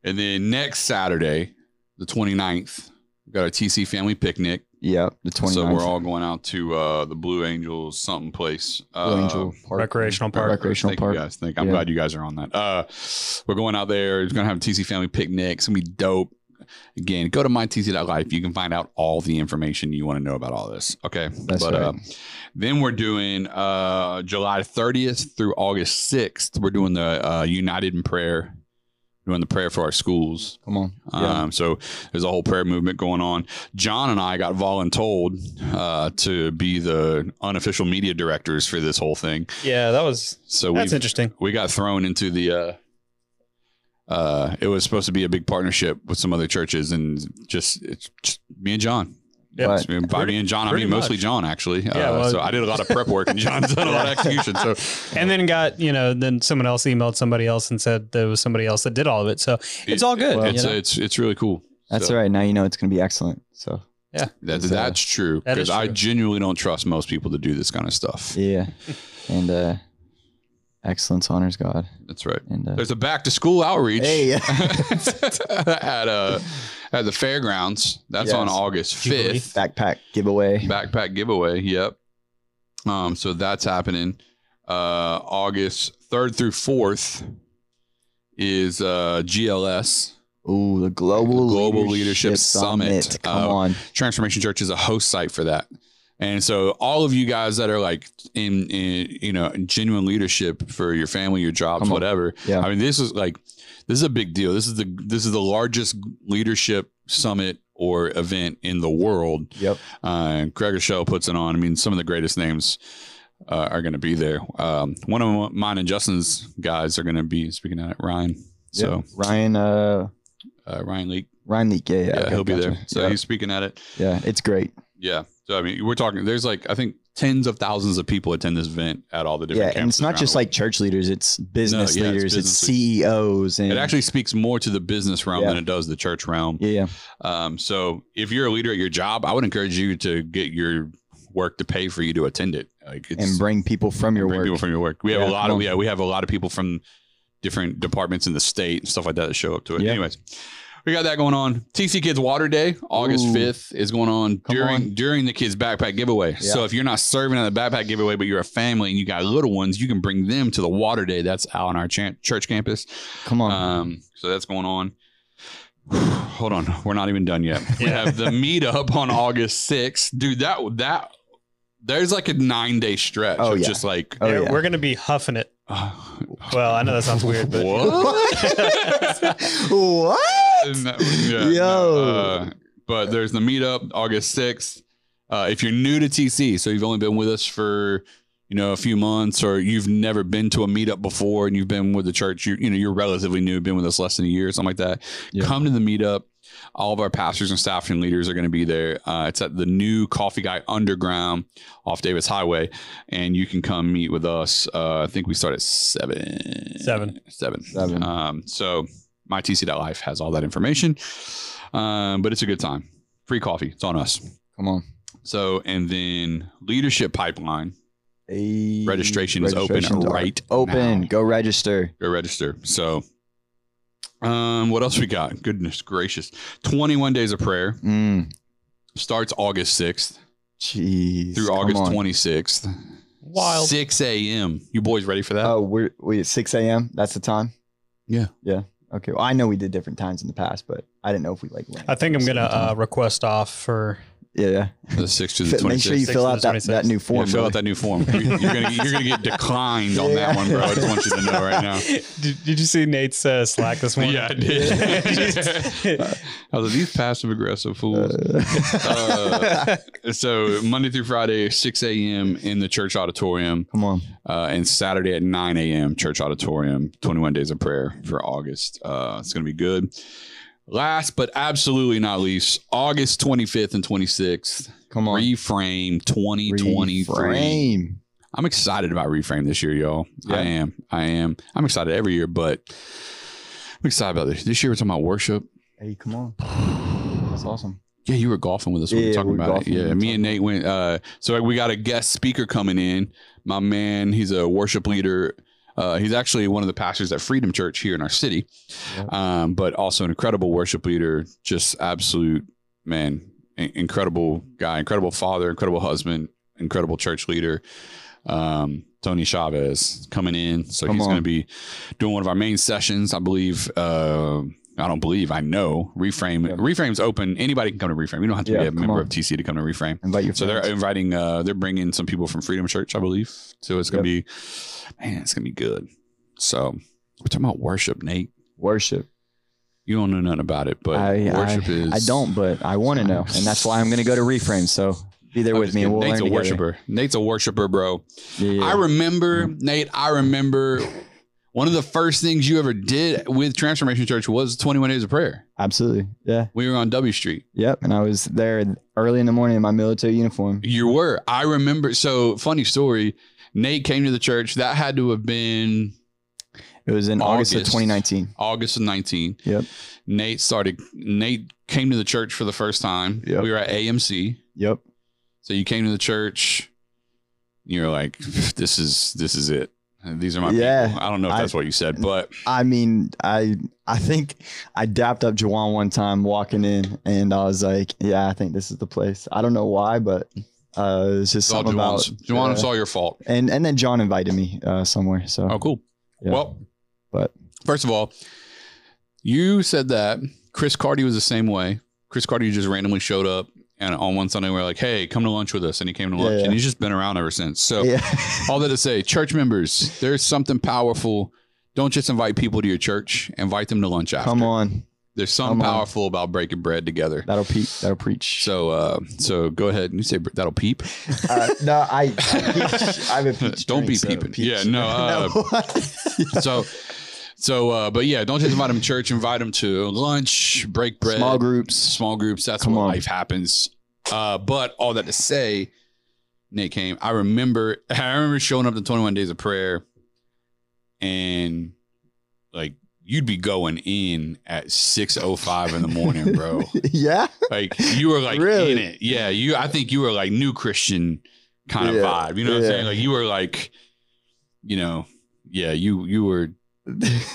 Speaker 2: and then next Saturday, the 29th, we got our TC family picnic.
Speaker 1: Yeah. The 29th.
Speaker 2: So we're all going out to uh, the Blue Angels something place.
Speaker 1: Blue
Speaker 2: Uh,
Speaker 1: Angel Park.
Speaker 3: recreational park.
Speaker 1: Recreational
Speaker 2: Thank
Speaker 1: park.
Speaker 2: You guys, think I'm
Speaker 1: Yeah.
Speaker 2: glad you guys are on that. Uh, we're going out there. We're gonna have a TC family picnic. It's gonna be dope. Again, go to mytc.life. You can find out all the information you want to know about all this. Okay,
Speaker 1: That's
Speaker 2: but
Speaker 1: right.
Speaker 2: uh, then we're doing uh, July 30th through August 6th. We're doing the uh, United in Prayer, doing the prayer for our schools.
Speaker 1: Come on. Yeah.
Speaker 2: Um, so there's a whole prayer movement going on. John and I got voluntold uh, to be the unofficial media directors for this whole thing.
Speaker 3: Yeah, that was
Speaker 2: So
Speaker 3: that's
Speaker 2: we
Speaker 3: interesting.
Speaker 2: we got thrown into the. Uh, uh, it was supposed to be a big partnership with some other churches, and just, it's just me and John.
Speaker 3: Yeah.
Speaker 1: But-
Speaker 2: I mean, by
Speaker 3: Pretty-
Speaker 2: me and John, I
Speaker 3: pretty
Speaker 2: mean mostly
Speaker 3: much.
Speaker 2: John actually.
Speaker 3: Yeah,
Speaker 2: uh,
Speaker 3: well-
Speaker 2: so I did a lot of prep work, and John's done a
Speaker 3: <laughs>
Speaker 2: lot of execution. So
Speaker 3: And then got you know then someone else emailed somebody else and said there was somebody else that did all of it. So it's all good.
Speaker 1: well,
Speaker 2: it's
Speaker 3: you know?
Speaker 2: it's it's really cool.
Speaker 1: That's
Speaker 2: So
Speaker 1: right. Now you know it's going to be excellent. So,
Speaker 2: That,
Speaker 1: It's, uh,
Speaker 2: that's true
Speaker 3: That
Speaker 2: because
Speaker 3: is
Speaker 2: I
Speaker 3: true.
Speaker 2: genuinely don't trust most people to do this kind of stuff. <laughs>
Speaker 1: yeah. and uh, excellence honors God.
Speaker 2: That's right.
Speaker 1: And uh,
Speaker 2: There's a back to school outreach.
Speaker 1: Hey.
Speaker 2: <laughs> at uh at the fairgrounds. That's on
Speaker 1: Yes.
Speaker 2: August
Speaker 3: Jubilee.
Speaker 2: fifth.
Speaker 1: backpack giveaway.
Speaker 2: backpack giveaway. Yep. Um, so that's happening. Uh, August third through fourth is uh, GLS
Speaker 1: Ooh, the Global,
Speaker 2: Global Leadership Summit.
Speaker 1: Come
Speaker 2: Uh,
Speaker 1: on.
Speaker 2: Transformation Church is a host site for that. And so all of you guys that are like in, in you know genuine leadership for your family, your jobs,
Speaker 1: Come on.
Speaker 2: whatever.
Speaker 1: Yeah.
Speaker 2: I mean, this is like this is a big deal. This is the this is the largest leadership summit or event in the world.
Speaker 1: Yep.
Speaker 2: Uh, Gregor Shell puts it on. I mean, some of the greatest names uh, are going to be there. Um, one of mine and Justin's guys are going to be speaking at it, Ryan. So
Speaker 1: Yep. Ryan, uh,
Speaker 2: uh, Ryan Leak,
Speaker 1: Ryan Leak. Yeah, yeah.
Speaker 2: yeah,
Speaker 1: okay,
Speaker 2: he'll be
Speaker 1: gotcha.
Speaker 2: there. So
Speaker 1: Yep.
Speaker 2: he's speaking at it.
Speaker 1: yeah, it's great.
Speaker 2: Yeah. So I mean, we're talking. There's like I think tens of thousands of people attend this event at all the
Speaker 1: Yeah,
Speaker 2: different.
Speaker 1: and it's
Speaker 2: campuses
Speaker 1: not
Speaker 2: around
Speaker 1: just
Speaker 2: the
Speaker 1: like church leaders; it's business
Speaker 2: yeah, it's
Speaker 1: leaders, it's,
Speaker 2: business
Speaker 1: CEOs, and
Speaker 2: world. It actually speaks more to the business realm
Speaker 1: Yeah.
Speaker 2: than it does the church realm.
Speaker 1: yeah,
Speaker 2: Um, so if you're a leader at your job, I would encourage you to get your work to pay for you to attend it. Like it's
Speaker 1: and bring people from your
Speaker 2: bring
Speaker 1: work.
Speaker 2: people from your work. We have
Speaker 1: Yeah,
Speaker 2: a lot
Speaker 1: come
Speaker 2: of
Speaker 1: on.
Speaker 2: yeah, we have a lot of people from different departments in the state and stuff like that that show up to it.
Speaker 1: Yeah.
Speaker 2: Anyways, we got that going on. TC Kids Water Day, August
Speaker 1: Ooh.
Speaker 2: fifth, is going on
Speaker 1: Come
Speaker 2: during
Speaker 1: on.
Speaker 2: during the kids backpack giveaway. So if you're not serving at the backpack giveaway, but you're a family and you got little ones, you can bring them to the Water Day. That's out on our chan church campus.
Speaker 1: Come on,
Speaker 2: Um, so that's going on. <sighs> Hold on, we're not even
Speaker 1: <laughs>
Speaker 2: done yet. We
Speaker 3: Yeah.
Speaker 2: have the meetup on August 6th. dude. That that there's like a nine day stretch
Speaker 1: Oh,
Speaker 2: of
Speaker 1: yeah.
Speaker 2: just like
Speaker 1: oh
Speaker 3: Yeah,
Speaker 1: yeah,
Speaker 3: We're gonna be huffing it.
Speaker 2: uh,
Speaker 3: <laughs> Well, I know that sounds weird,
Speaker 1: <laughs>
Speaker 3: but
Speaker 2: <laughs> what?
Speaker 1: what?
Speaker 2: No, yeah,
Speaker 1: Yo.
Speaker 2: no, uh, but there's the meetup August 6th. Uh, if you're new to TC, so you've only been with us for you know a few months, or you've never been to a meetup before, and you've been with the church, you you know you're relatively new, been with us less than a year, something like that.
Speaker 1: Yeah.
Speaker 2: Come to the meetup. All of our pastors and staff and leaders are going to be there. Uh, it's at the new Coffee Guy Underground off Davis Highway, and you can come meet with us. Uh, I think we start at seven.
Speaker 3: Seven.
Speaker 2: Seven.
Speaker 1: Seven.
Speaker 2: Um, so mytc.life has all that information. Um, but it's a good time. Free coffee. It's on us.
Speaker 1: Come on.
Speaker 2: So, and then leadership pipeline.
Speaker 1: A-
Speaker 2: Registration is open
Speaker 1: registrations are
Speaker 2: right
Speaker 1: Open.
Speaker 2: now.
Speaker 1: Go register.
Speaker 2: Go register. So, um, what else we got? Goodness gracious. 21 days of prayer
Speaker 1: Mm.
Speaker 2: starts August 6th
Speaker 1: Jeez.
Speaker 2: through
Speaker 1: come
Speaker 2: August
Speaker 1: on.
Speaker 2: 26th.
Speaker 3: wild.
Speaker 2: 6 a.m. You boys ready for that?
Speaker 1: Oh, we're we at six a.m. That's the time.
Speaker 2: Yeah.
Speaker 1: Yeah. Okay. Well, I know we did different times in the past, but I didn't know if we like. went
Speaker 3: I think I'm
Speaker 1: at the
Speaker 3: gonna
Speaker 1: same time.
Speaker 3: uh, request off for
Speaker 1: Yeah.
Speaker 2: The six to the
Speaker 1: F- Make sure you
Speaker 2: 26th.
Speaker 1: fill out
Speaker 3: Six to the
Speaker 1: that, that
Speaker 3: 26th.
Speaker 1: new
Speaker 2: Yeah,
Speaker 1: form.
Speaker 2: fill
Speaker 1: bro.
Speaker 2: out that new form. You- You're gonna you're gonna get declined on that one, bro. I just want you to know
Speaker 1: <laughs>
Speaker 2: right now.
Speaker 3: <laughs> Did, did you see Nate's uh, Slack this morning?
Speaker 2: Yeah, I <laughs>
Speaker 3: <laughs>
Speaker 2: did. I was like, these passive aggressive fools. Uh, so Monday through Friday, 6 a.m. in the church auditorium,
Speaker 1: <laughs> Come on.
Speaker 2: uh, and Saturday at 9 a.m. church auditorium. 21 days of prayer for August. Uh, it's gonna be good. Last but absolutely not least, August 25th and 26th,
Speaker 1: Come on.
Speaker 2: reframe 2023.
Speaker 1: Reframe.
Speaker 2: I'm excited about reframe this year, y'all. I
Speaker 1: Yeah.
Speaker 2: am. I am. I'm excited every year, but I'm excited about this. This year we're talking about worship.
Speaker 1: Hey, come
Speaker 2: <sighs>
Speaker 1: on. That's awesome.
Speaker 2: Yeah, you were golfing with us when we were
Speaker 1: Yeah,
Speaker 2: talking
Speaker 1: we were
Speaker 2: about it.
Speaker 1: golfing when
Speaker 2: Yeah,
Speaker 1: we
Speaker 2: me
Speaker 1: were
Speaker 2: and
Speaker 1: talking
Speaker 2: Nate went. Uh, so we got a guest speaker coming in. My man, he's a worship leader. Uh, he's actually one of the pastors at Freedom Church here in our city,
Speaker 1: Yep.
Speaker 2: um, but also an incredible worship leader. Just absolute man, in- incredible guy, incredible father, incredible husband, incredible church leader. Um, Tony Chavez coming in, so
Speaker 1: Come
Speaker 2: he's going to
Speaker 1: on.
Speaker 2: be doing one of our main sessions, I believe. Uh, I don't believe I know. Reframe
Speaker 1: Yeah.
Speaker 2: Reframe's open. Anybody can come to Reframe. You don't have to
Speaker 1: Yeah,
Speaker 2: be a
Speaker 1: come
Speaker 2: member
Speaker 1: on.
Speaker 2: of TC to come to Reframe.
Speaker 1: Invite your
Speaker 2: So they're
Speaker 1: friends.
Speaker 2: inviting. Uh, they're bringing some people from Freedom Church, I believe. So it's gonna be, man, it's gonna be good. So we're talking about worship, Nate.
Speaker 1: worship.
Speaker 2: You don't know nothing about it, but
Speaker 1: I-
Speaker 2: worship is.
Speaker 1: I don't, but I want to know, and that's why I'm going to go to reframe. So be there
Speaker 2: I'm
Speaker 1: with
Speaker 2: just
Speaker 1: me, and
Speaker 2: kidding.
Speaker 1: we'll
Speaker 2: Oh,
Speaker 1: learn
Speaker 2: Nate's a
Speaker 1: together.
Speaker 2: worshiper. Nate's a worshiper, bro.
Speaker 1: Yeah, Mm-hmm. yeah.
Speaker 2: I remember, Nate, I remember one of the first things you ever did with Transformation Church was 21 Days of Prayer.
Speaker 1: absolutely. Yeah.
Speaker 2: We were on W Street.
Speaker 1: Yep. And I was there early in the morning in my military uniform.
Speaker 2: You were. I remember. So, funny story Nate came to the church. That had to have been
Speaker 1: It was in August, of
Speaker 2: August.
Speaker 1: 2019.
Speaker 2: August of 19.
Speaker 1: Yep.
Speaker 2: Nate started, Nate came to the church for the first time.
Speaker 1: Yep.
Speaker 2: We were at AMC.
Speaker 1: Yep.
Speaker 2: So, you came to the church. You're like, <laughs> this is, this is it. These are my
Speaker 1: Yeah.
Speaker 2: people. I don't know if
Speaker 1: I-
Speaker 2: that's what you said, but
Speaker 1: I mean, I I think I dapped up Jawan one time walking in, and I was like, "Yeah, I think this is the place." I don't know why, but uh, it's just
Speaker 2: it's all
Speaker 1: something about
Speaker 2: Juwan's. Juwan, it's
Speaker 1: yeah.
Speaker 2: all your fault.
Speaker 1: and and then John invited me uh, somewhere. So
Speaker 2: Oh, cool.
Speaker 1: yeah.
Speaker 2: Well,
Speaker 1: But-
Speaker 2: first of all, you said that Chris Cardi was the same way. Chris Cardi just randomly showed up, and on one Sunday we we're like, "Hey, come to lunch with us," and he came to lunch,
Speaker 1: Yeah, yeah.
Speaker 2: and he's just been around ever since. So,
Speaker 1: yeah,
Speaker 2: all that to say, church members, there's something powerful. Don't just invite people to your church; invite them to lunch after.
Speaker 1: come on,
Speaker 2: There's something
Speaker 1: Come on.
Speaker 2: powerful about breaking bread together.
Speaker 1: that'll preach. That'll preach.
Speaker 2: So, uh, so go ahead and you say that'll peep.
Speaker 1: uh, no, <laughs> I, I, am a peach
Speaker 2: Don't
Speaker 1: drink,
Speaker 2: be
Speaker 1: so
Speaker 2: peeping.
Speaker 1: peach.
Speaker 2: Yeah, no,
Speaker 1: <laughs>
Speaker 2: uh, so <laughs> so uh but yeah don't just invite them to church invite them to lunch break bread
Speaker 1: small groups. <laughs>
Speaker 2: small groups that's
Speaker 1: Come
Speaker 2: when
Speaker 1: on.
Speaker 2: life happens uh but all that to say nate came i remember <laughs> i remember showing up to 21 days of prayer and like you'd be going in at 6.05 in the
Speaker 1: <laughs>
Speaker 2: morning bro
Speaker 1: yeah,
Speaker 2: like you were like
Speaker 1: Really?
Speaker 2: in it yeah you i think you were like new christian kind of
Speaker 1: Yeah,
Speaker 2: vibe you know what i'm
Speaker 1: yeah.
Speaker 2: saying like you were like you know yeah you you were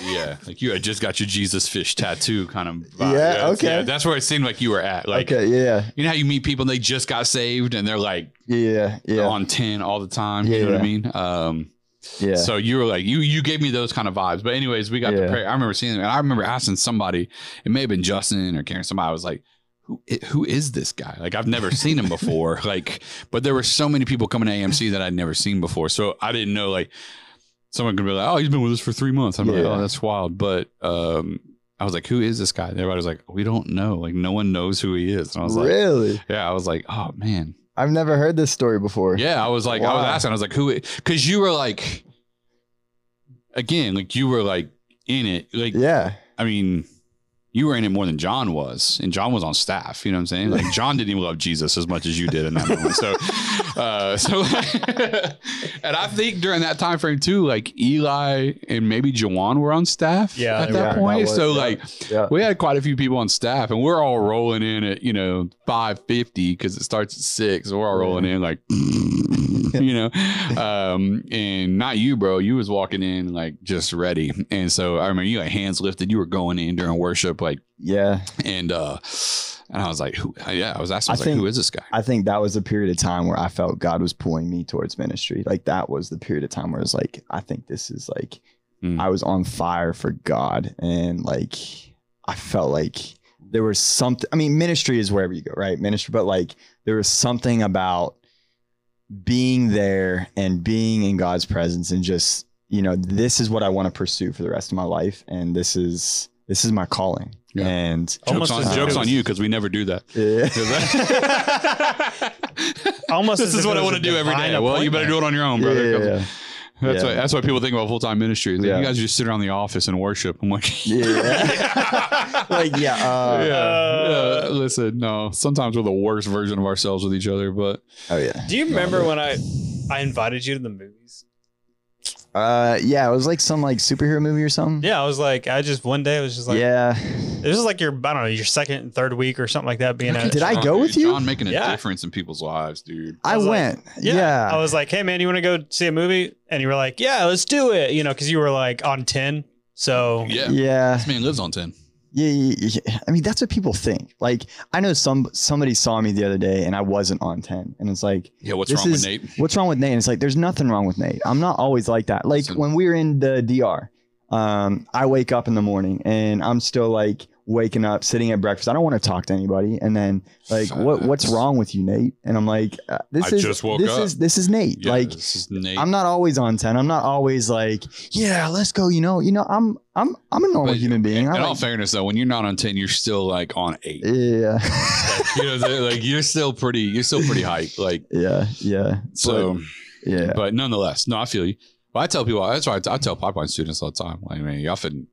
Speaker 2: yeah, like you had just got your Jesus fish tattoo kind of vibe.
Speaker 1: Yeah,
Speaker 2: it's-
Speaker 1: okay.
Speaker 2: that's where it seemed like you were at. Like,
Speaker 1: okay, yeah,
Speaker 2: you know how you meet people and they just got saved and they're like
Speaker 1: yeah, yeah,
Speaker 2: on 10 all the time. You know what
Speaker 1: Yeah.
Speaker 2: I mean? Um,
Speaker 1: yeah.
Speaker 2: so you were like, you you gave me those kind of vibes. But anyways, we got the
Speaker 1: Yeah.
Speaker 2: prayer. I remember seeing it. And I remember asking somebody, it may have been Justin or Karen, somebody I was like, who i- who is this guy? Like I've never seen
Speaker 1: <laughs>
Speaker 2: him before. Like, but there were so many people coming to AMC that I'd never seen before. So I didn't know like someone could be like, Oh, he's been with us for three months. I'm like,
Speaker 1: Yeah.
Speaker 2: Oh, that's wild. But um I was like, who is this guy? And everybody was like, we don't know. Like no one knows who he is. And I was like,
Speaker 1: really,
Speaker 2: yeah, I was like, oh man.
Speaker 1: I've never heard this story before.
Speaker 2: Yeah, I was like, I was
Speaker 1: Why?
Speaker 2: asking, I was like, who? Because you were like, again, like you were like in it. Like,
Speaker 1: yeah.
Speaker 2: I mean, you were in it more than John was, and John was on staff. You know what I'm saying? Like, John didn't even love Jesus as much as you did in that
Speaker 1: <laughs>
Speaker 2: moment. So, uh, so, <laughs> and I think during that time frame too, like Eli and maybe Jawan were on staff.
Speaker 3: Yeah,
Speaker 2: at
Speaker 3: they
Speaker 2: that
Speaker 1: were.
Speaker 2: point.
Speaker 1: That was-
Speaker 2: so
Speaker 1: yeah.
Speaker 2: like,
Speaker 1: Yeah.
Speaker 2: we had quite a few people on staff, and we're all rolling in at you know five fifty because it starts at six. We're all rolling in like <laughs> you know, um, and not you, bro. You was walking in like just ready, and so I remember you had hands lifted. You were going in during worship, like
Speaker 1: Yeah.
Speaker 2: and uh, and I was like, who? Yeah, I was asking, I
Speaker 1: I
Speaker 2: was like,
Speaker 1: think-
Speaker 2: who is this guy?
Speaker 1: I think that was the period of time where I felt God was pulling me towards ministry. Like that was the period of time where it was like, I think this is like
Speaker 2: Mm.
Speaker 1: I was on fire for God and like I felt like there was something. I mean, ministry is wherever you go, right? Ministry, but like there was something about being there and being in God's presence and just you know this is what I want to pursue for the rest of my life, and this is this is my calling.
Speaker 2: Yeah.
Speaker 1: And
Speaker 2: Jokes
Speaker 3: Almost
Speaker 2: on,
Speaker 3: as-
Speaker 2: jokes on you because we never do <laughs> that.
Speaker 1: yeah.
Speaker 3: Almost
Speaker 2: this
Speaker 3: as if
Speaker 2: is what
Speaker 3: it
Speaker 2: I
Speaker 3: was
Speaker 2: want
Speaker 3: a
Speaker 2: to do every
Speaker 3: divine
Speaker 2: day. Well, you better do it on your own, brother.
Speaker 1: yeah, yeah,
Speaker 2: That's
Speaker 1: Yeah.
Speaker 2: why. That's why people think about full time ministry. Like,
Speaker 1: Yeah.
Speaker 2: You guys just sit around the office and worship. I'm
Speaker 1: <laughs>
Speaker 2: like, <laughs>
Speaker 1: yeah. yeah. <laughs>
Speaker 3: <laughs>
Speaker 1: like yeah, uh,
Speaker 2: yeah,
Speaker 3: Uh,
Speaker 2: yeah. Listen, no. Sometimes we're the worst version of ourselves with each other, but
Speaker 1: oh yeah,
Speaker 3: Do you remember when I I invited you to the movies?
Speaker 1: uh, yeah. It was like some like superhero movie or something.
Speaker 3: Yeah, I was like, I just one day I was just like,
Speaker 1: yeah.
Speaker 3: it was like your I don't know your second and third week or something like that being at.
Speaker 1: Did I
Speaker 2: John,
Speaker 1: go
Speaker 2: dude,
Speaker 1: with you?
Speaker 2: John making a
Speaker 3: Yeah.
Speaker 2: difference in people's lives, dude.
Speaker 1: I,
Speaker 3: I was like,
Speaker 1: went. yeah.
Speaker 3: I was like, hey man, you want to go see a movie? And you were like, yeah, let's do it. You know, because you were like on ten, so
Speaker 2: Yeah,
Speaker 1: yeah.
Speaker 2: this man lives on ten.
Speaker 1: Yeah, yeah, yeah. I mean, that's what people think. Like, I know some somebody saw me the other day and I wasn't on ten, and it's like,
Speaker 2: Yeah, what's
Speaker 1: This
Speaker 2: wrong
Speaker 1: is-
Speaker 2: with Nate?
Speaker 1: what's wrong with Nate? And it's like, there's nothing wrong with Nate. I'm not always like that. Like
Speaker 2: So-
Speaker 1: when we were in the DR, um, I wake up in the morning and I'm still like waking up, sitting at breakfast. I don't want to talk to anybody. And then like, what what's
Speaker 2: Facts.
Speaker 1: wrong with you, Nate? And I'm like, uh, this
Speaker 2: I
Speaker 1: is
Speaker 2: just woke
Speaker 1: this
Speaker 2: up.
Speaker 1: is this is Nate.
Speaker 2: Yeah,
Speaker 1: Like,
Speaker 2: this is Nate.
Speaker 1: I'm not always on ten. I'm not always like, yeah, let's go. You know, you know, I'm I'm I'm a normal
Speaker 2: But-
Speaker 1: human being.
Speaker 2: in
Speaker 1: I'm
Speaker 2: all
Speaker 1: like,
Speaker 2: fairness, though, when you're not on ten, you're still like on eight.
Speaker 1: yeah. <laughs>
Speaker 2: you know, they're, like you're still pretty, you're still pretty hype. Like
Speaker 1: Yeah, yeah.
Speaker 2: so,
Speaker 1: But, yeah,
Speaker 2: but nonetheless, no, I feel you. Well, I tell people that's why I, I tell pipeline students all the time. Like, man, y'all fin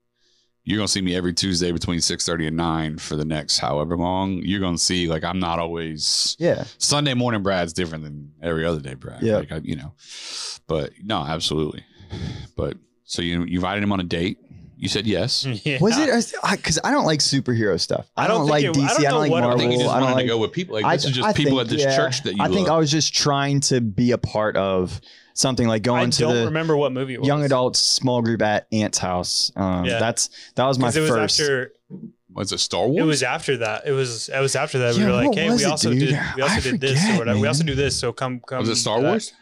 Speaker 2: you're gonna see me every Tuesday between six thirty and nine for the next however long. You're gonna see like I'm not always
Speaker 1: yeah,
Speaker 2: Sunday morning. Brad's different than every other day, Brad.
Speaker 1: Yeah.
Speaker 2: like I, you know. But no, absolutely. But so you you invited him on a date. You said yes.
Speaker 3: <laughs> Yeah.
Speaker 1: Was it because I, don't like superhero stuff. I,
Speaker 3: I
Speaker 1: don't,
Speaker 3: don't
Speaker 1: like
Speaker 3: think it-
Speaker 1: DC. I
Speaker 3: I don't
Speaker 1: don't,
Speaker 3: know
Speaker 1: like
Speaker 3: what- I
Speaker 2: I
Speaker 1: Marvel.
Speaker 2: think you just wanted
Speaker 1: don't like.
Speaker 2: to go with people. Like this
Speaker 1: I-
Speaker 2: is just
Speaker 1: I
Speaker 2: people
Speaker 1: think,
Speaker 2: at this
Speaker 1: yeah.
Speaker 2: church that you.
Speaker 1: I think
Speaker 2: love.
Speaker 1: I was just trying to be a part of something like
Speaker 3: I
Speaker 1: going to
Speaker 3: don't
Speaker 1: the
Speaker 3: remember what movie it was.
Speaker 1: young adult small group at Aunt's house. Um,
Speaker 3: Yeah.
Speaker 1: That's that was my
Speaker 3: Because it was
Speaker 1: first.
Speaker 3: after
Speaker 2: Was it Star Wars?
Speaker 3: it was after that. It was it was after that.
Speaker 1: Yeah,
Speaker 3: we were like,
Speaker 1: what
Speaker 3: hey,
Speaker 1: was
Speaker 3: we
Speaker 1: it,
Speaker 3: also
Speaker 1: dude?
Speaker 3: did we also
Speaker 1: I
Speaker 3: did this
Speaker 1: forget,
Speaker 3: or whatever. We also
Speaker 1: man.
Speaker 3: do this. So come come.
Speaker 2: was it Star
Speaker 3: to Um, that.
Speaker 2: Wars?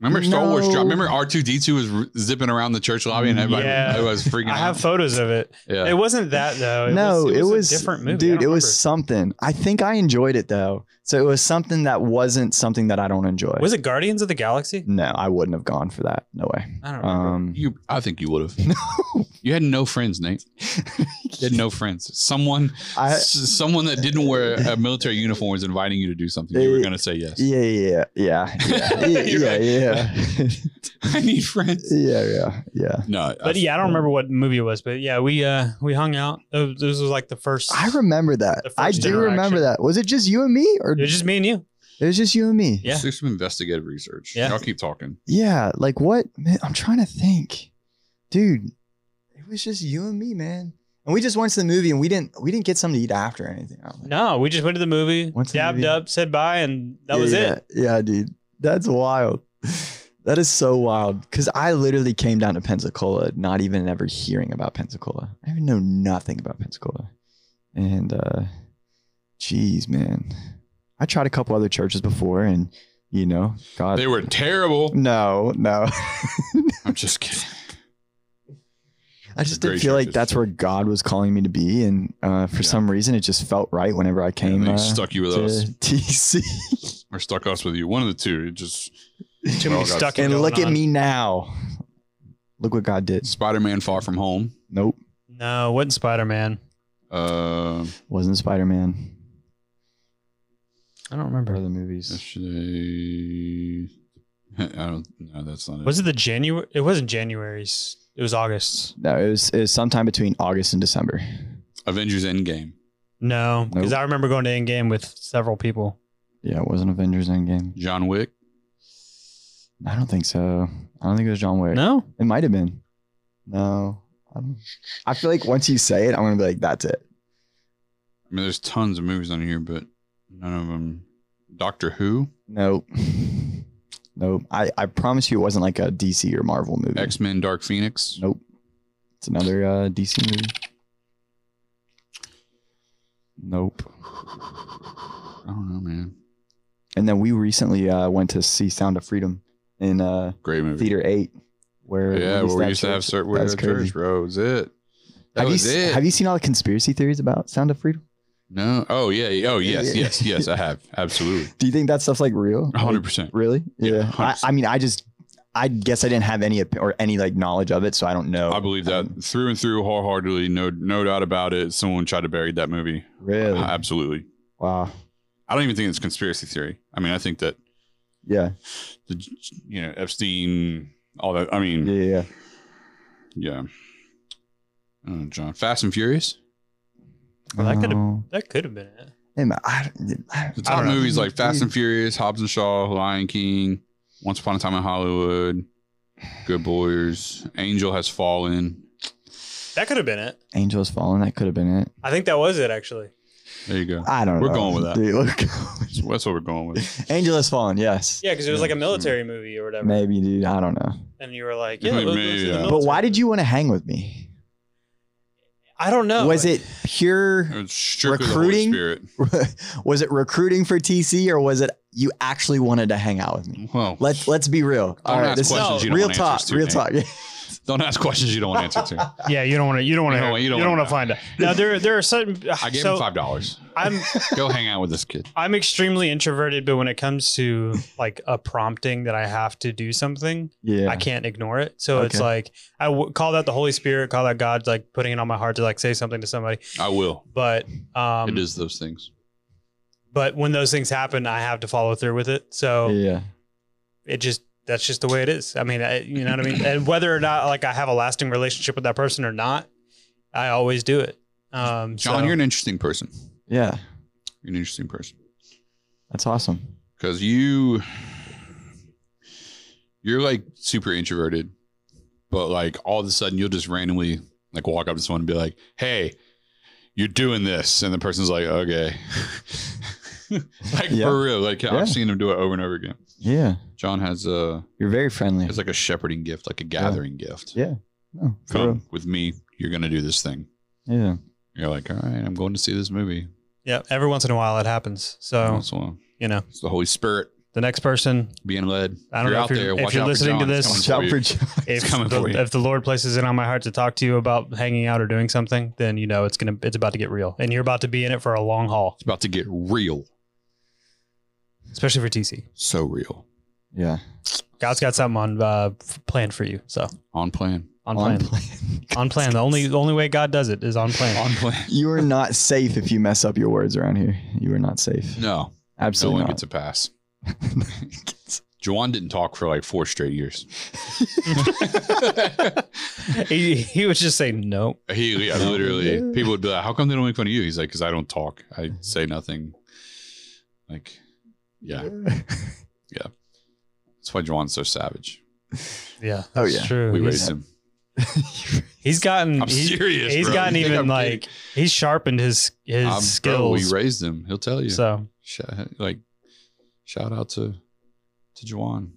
Speaker 2: Remember Star Wars
Speaker 1: No.
Speaker 2: dropped? Remember R two D two was r- zipping around the church lobby and everybody
Speaker 3: Yeah.
Speaker 2: everybody was freaking
Speaker 3: I
Speaker 2: out.
Speaker 3: have photos of it.
Speaker 2: yeah.
Speaker 3: It wasn't that though. It
Speaker 1: no,
Speaker 3: was,
Speaker 1: it was,
Speaker 3: a different movie, I
Speaker 1: dude.
Speaker 3: don't
Speaker 1: It was
Speaker 3: remember.
Speaker 1: something. I think I enjoyed it though. So it was something that wasn't something that I don't enjoy.
Speaker 3: Was it Guardians of the Galaxy?
Speaker 1: No, I wouldn't have gone for that. No way.
Speaker 3: I don't remember.
Speaker 1: Um,
Speaker 2: you, I think you would have. You had no friends, Nate. You had no friends. Someone,
Speaker 1: I,
Speaker 2: s- someone that didn't wear a military uniform was inviting you to do something. You were
Speaker 1: Eh,
Speaker 2: gonna say yes.
Speaker 1: Yeah, yeah,
Speaker 3: <laughs>
Speaker 1: yeah, yeah, yeah,
Speaker 2: You're
Speaker 1: yeah,
Speaker 2: right.
Speaker 1: yeah,
Speaker 2: <laughs> I need friends.
Speaker 1: yeah, yeah, yeah.
Speaker 2: No, I,
Speaker 3: But yeah, I don't remember what movie it was. But yeah, we uh we hung out. Uh, This was like the first.
Speaker 1: I remember that.
Speaker 3: The
Speaker 1: I
Speaker 3: first
Speaker 1: do remember
Speaker 3: interaction.
Speaker 1: that. Was it just you and me, or
Speaker 3: it was just me and you.
Speaker 1: it was just you and me?
Speaker 3: Yeah.
Speaker 2: Let's do some investigative research.
Speaker 3: Yeah.
Speaker 2: Y'all keep talking.
Speaker 1: Yeah, like what? Man, I'm trying to think, dude. It was just you and me, man. And we just went to the movie, and we didn't we didn't get something to eat after or anything. I was like,
Speaker 3: No, we just went to the movie,
Speaker 1: Went to the
Speaker 3: dabbed
Speaker 1: movie.
Speaker 3: up, said bye, and that
Speaker 1: yeah,
Speaker 3: was
Speaker 1: yeah,
Speaker 3: it.
Speaker 1: Yeah, dude, that's wild. That is so wild because I literally came down to Pensacola, not even ever hearing about Pensacola. I even know nothing about Pensacola. And uh geez, man. I tried a couple other churches before and you know,
Speaker 3: Uh,
Speaker 1: God
Speaker 2: They were terrible.
Speaker 3: <laughs>
Speaker 1: No, no.
Speaker 2: I'm just kidding.
Speaker 1: I just
Speaker 2: They're
Speaker 1: didn't
Speaker 2: great
Speaker 1: feel like
Speaker 2: churches.
Speaker 1: that's where God was calling me to be. And uh for
Speaker 2: Yeah.
Speaker 1: some reason it just felt right whenever I
Speaker 2: And
Speaker 1: came
Speaker 2: they
Speaker 1: uh,
Speaker 2: stuck you with
Speaker 1: to <laughs>
Speaker 2: us,
Speaker 1: TC.
Speaker 2: or stuck us with you. One of the two. It just
Speaker 3: Too
Speaker 2: Well,
Speaker 3: many
Speaker 2: guys.
Speaker 3: stuck in
Speaker 1: and
Speaker 3: going
Speaker 1: look at
Speaker 3: on.
Speaker 1: me now. Look what God did.
Speaker 2: Spider-Man: Far From Home.
Speaker 1: Nope.
Speaker 3: No, it wasn't Spider Man.
Speaker 2: Uh,
Speaker 1: Wasn't Spider Man.
Speaker 3: I don't
Speaker 1: What
Speaker 3: remember.
Speaker 1: other movies?
Speaker 2: Yesterday. I <laughs> don't. No, that's not it.
Speaker 3: Was it the January? It wasn't January's. It was August's.
Speaker 1: No, it was, it was sometime between August and December.
Speaker 2: Avengers Endgame?
Speaker 3: No, because
Speaker 1: Nope.
Speaker 3: I remember going to in game with several people.
Speaker 1: Yeah, it wasn't Avengers Endgame.
Speaker 2: John Wick?
Speaker 1: I don't think so. I don't think it was John Wick.
Speaker 3: No,
Speaker 1: It might have been. No. I, don't, I feel like once you say it, I'm going to be like, that's it.
Speaker 2: I mean, there's tons of movies on here, but none of them. Doctor Who,
Speaker 1: Nope. <laughs> Nope. I, I promise you it wasn't like a DC or Marvel movie.
Speaker 2: X Men, Dark Phoenix.
Speaker 1: Nope. It's another uh, DC movie. Nope.
Speaker 2: I don't know, man.
Speaker 1: And then we recently uh, went to see Sound of Freedom in uh,
Speaker 2: Great movie.
Speaker 1: Theater 8. Where
Speaker 2: Yeah,
Speaker 1: we
Speaker 2: where we used to have
Speaker 1: church-
Speaker 2: certain
Speaker 1: That's crazy.
Speaker 2: church, bro. It was it? That
Speaker 1: have you
Speaker 2: was
Speaker 1: s-
Speaker 2: it.
Speaker 1: have you seen all the conspiracy theories about Sound of Freedom?
Speaker 2: No. Oh yeah. Oh yes.
Speaker 1: Yeah.
Speaker 2: Yes. Yes. I have
Speaker 1: <laughs>
Speaker 2: absolutely.
Speaker 1: Do you think that stuff's like real? Like,
Speaker 2: hundred percent.
Speaker 1: Really?
Speaker 2: Yeah,
Speaker 1: Yeah. I,
Speaker 2: 100%.
Speaker 1: I mean, I just, I guess I didn't have any op- or any like knowledge of it, so I don't know.
Speaker 2: I believe that
Speaker 1: Um,
Speaker 2: through and through, wholeheartedly. No, no doubt about it. Someone tried to bury that movie.
Speaker 1: Really?
Speaker 2: Absolutely.
Speaker 1: wow.
Speaker 2: I don't even think it's conspiracy theory. I mean, I think that
Speaker 1: Yeah.
Speaker 2: the you know Epstein, all that. I mean,
Speaker 1: Yeah.
Speaker 2: yeah.
Speaker 1: Yeah. yeah.
Speaker 2: Uh, John, Fast and Furious.
Speaker 3: Well, that could've-
Speaker 1: Oh.
Speaker 3: That could have been it.
Speaker 1: Hey, man, I, I,
Speaker 2: The
Speaker 1: I
Speaker 2: top
Speaker 1: don't know. Mm.
Speaker 2: movies like Fast
Speaker 1: Yeah.
Speaker 2: and Furious, Hobbs and Shaw, Lion King, Once Upon a Time in Hollywood, Good Boys, Angel Has Fallen.
Speaker 3: That could have been it.
Speaker 1: Angels Fallen. That could have been it.
Speaker 3: I think that was it actually.
Speaker 2: There you go.
Speaker 1: I don't
Speaker 2: We're
Speaker 1: know.
Speaker 2: going with that.
Speaker 1: Dude, look.
Speaker 2: That's that's what we're going
Speaker 1: <laughs>
Speaker 2: with.
Speaker 1: Angel has fallen. Yes.
Speaker 3: Yeah, because it was
Speaker 2: Yeah,
Speaker 3: like a
Speaker 2: sure.
Speaker 3: military movie or whatever.
Speaker 1: Maybe, dude. I don't know.
Speaker 3: And you were like, yeah,
Speaker 2: Maybe,
Speaker 3: let's go see the
Speaker 2: yeah.
Speaker 1: But
Speaker 3: military
Speaker 1: why did
Speaker 3: movie.
Speaker 1: you want to hang with me?
Speaker 3: I don't know.
Speaker 1: was it pure? <laughs>
Speaker 2: It's strictly the Holy
Speaker 1: Recruiting?
Speaker 2: Spirit.
Speaker 1: was it recruiting for TC, or was it you actually wanted to hang out with me?
Speaker 2: Well,
Speaker 1: Let's let's be real.
Speaker 2: Don't
Speaker 1: All right,
Speaker 2: ask
Speaker 1: this
Speaker 2: questions
Speaker 1: is
Speaker 2: you don't
Speaker 1: real
Speaker 2: want
Speaker 1: talk.
Speaker 2: answers to,
Speaker 1: Real
Speaker 2: Nate.
Speaker 1: talk.
Speaker 2: don't ask questions you don't want answers to.
Speaker 3: Yeah, you don't want to. You don't want
Speaker 2: You
Speaker 3: to.
Speaker 2: don't-
Speaker 3: You,
Speaker 2: you don't
Speaker 3: don't
Speaker 2: wanna
Speaker 3: want to find it. Now there, there are certain.
Speaker 2: I gave
Speaker 3: so
Speaker 2: him five dollars.
Speaker 3: I'm,
Speaker 2: Go hang out with this kid.
Speaker 3: I'm extremely introverted, but when it comes to like a prompting that I have to do something,
Speaker 1: <laughs> Yeah.
Speaker 3: I can't ignore it. So it's
Speaker 1: Okay.
Speaker 3: like I w- call that the Holy Spirit, call that God, like putting it on my heart to like say something to somebody.
Speaker 2: I will.
Speaker 3: But um,
Speaker 2: it is those things.
Speaker 3: But when those things happen, I have to follow through with it. So
Speaker 1: Yeah.
Speaker 3: it just that's just the way it is. I mean, I, you know what I mean. And whether or not like I have a lasting relationship with that person or not, I always do it. Um,
Speaker 2: John,
Speaker 3: so-
Speaker 2: you're an interesting person.
Speaker 1: Yeah.
Speaker 2: You're an interesting person
Speaker 1: That's awesome.
Speaker 2: because you you're like super introverted, but like all of a sudden you'll just randomly like walk up to someone and be like, "Hey, you're doing this," and the person's like, "Okay." <laughs> like
Speaker 1: Yeah.
Speaker 2: for real, like
Speaker 1: Yeah.
Speaker 2: I've seen him do it over and over again.
Speaker 1: Yeah.
Speaker 2: John has a
Speaker 1: You're very friendly.
Speaker 2: it's like a shepherding gift, like a gathering gift.
Speaker 1: Yeah. No, for
Speaker 2: Come
Speaker 1: real.
Speaker 2: with me. You're gonna do this thing.
Speaker 1: Yeah.
Speaker 2: You're like, all right, I'm going to see this movie.
Speaker 3: yeah. Every once in a while, it happens. So
Speaker 2: Once in a while.
Speaker 3: you know,
Speaker 2: It's the Holy Spirit
Speaker 3: the next person,
Speaker 2: being led.
Speaker 3: I don't know if you're- if you're listening to this.
Speaker 2: It's
Speaker 1: Watch
Speaker 2: coming
Speaker 1: out
Speaker 2: for
Speaker 1: for <laughs> John.
Speaker 2: you.
Speaker 3: if
Speaker 2: coming
Speaker 3: the,
Speaker 2: for you.
Speaker 3: if the Lord places it on my heart to talk to you about hanging out or doing something, then you know it's gonna it's about to get real, and you're about to be in it for a long haul,
Speaker 2: It's about to get real.
Speaker 3: especially for TC.
Speaker 2: So real.
Speaker 1: Yeah.
Speaker 3: God's got something on uh, f- planned for you. So
Speaker 2: On plan.
Speaker 3: on, plan,
Speaker 1: plan.
Speaker 3: on plan. The only the only way God does it is on plan.
Speaker 2: On plan.
Speaker 1: You are not safe if you mess up your words around here. You are not safe.
Speaker 2: <laughs> No, no
Speaker 1: Absolutely
Speaker 2: one
Speaker 1: not.
Speaker 2: gets a pass.
Speaker 3: <laughs>
Speaker 2: Juwan didn't talk for like four straight
Speaker 3: <laughs>
Speaker 2: years.
Speaker 3: he, he would just say no.
Speaker 2: he yeah,
Speaker 1: No.
Speaker 3: Oh,
Speaker 2: literally, people would be like, how come they don't make fun of you? He's like, because I don't talk. I say nothing. Like, yeah, that's why Juwan's so savage.
Speaker 3: Yeah.
Speaker 1: Oh,
Speaker 3: that's
Speaker 1: yeah.
Speaker 3: True.
Speaker 2: We
Speaker 3: He's-
Speaker 2: raised him.
Speaker 3: He's gotten.
Speaker 2: I'm
Speaker 3: he's,
Speaker 2: serious.
Speaker 3: he's
Speaker 2: bro.
Speaker 3: gotten
Speaker 2: You think
Speaker 3: even
Speaker 2: I'm
Speaker 3: like
Speaker 2: kidding?
Speaker 3: he's sharpened his his
Speaker 2: I'm- Bro, we
Speaker 3: skills.
Speaker 2: raised him. He'll tell you.
Speaker 3: So
Speaker 2: Sh- like, shout out to to Juwan.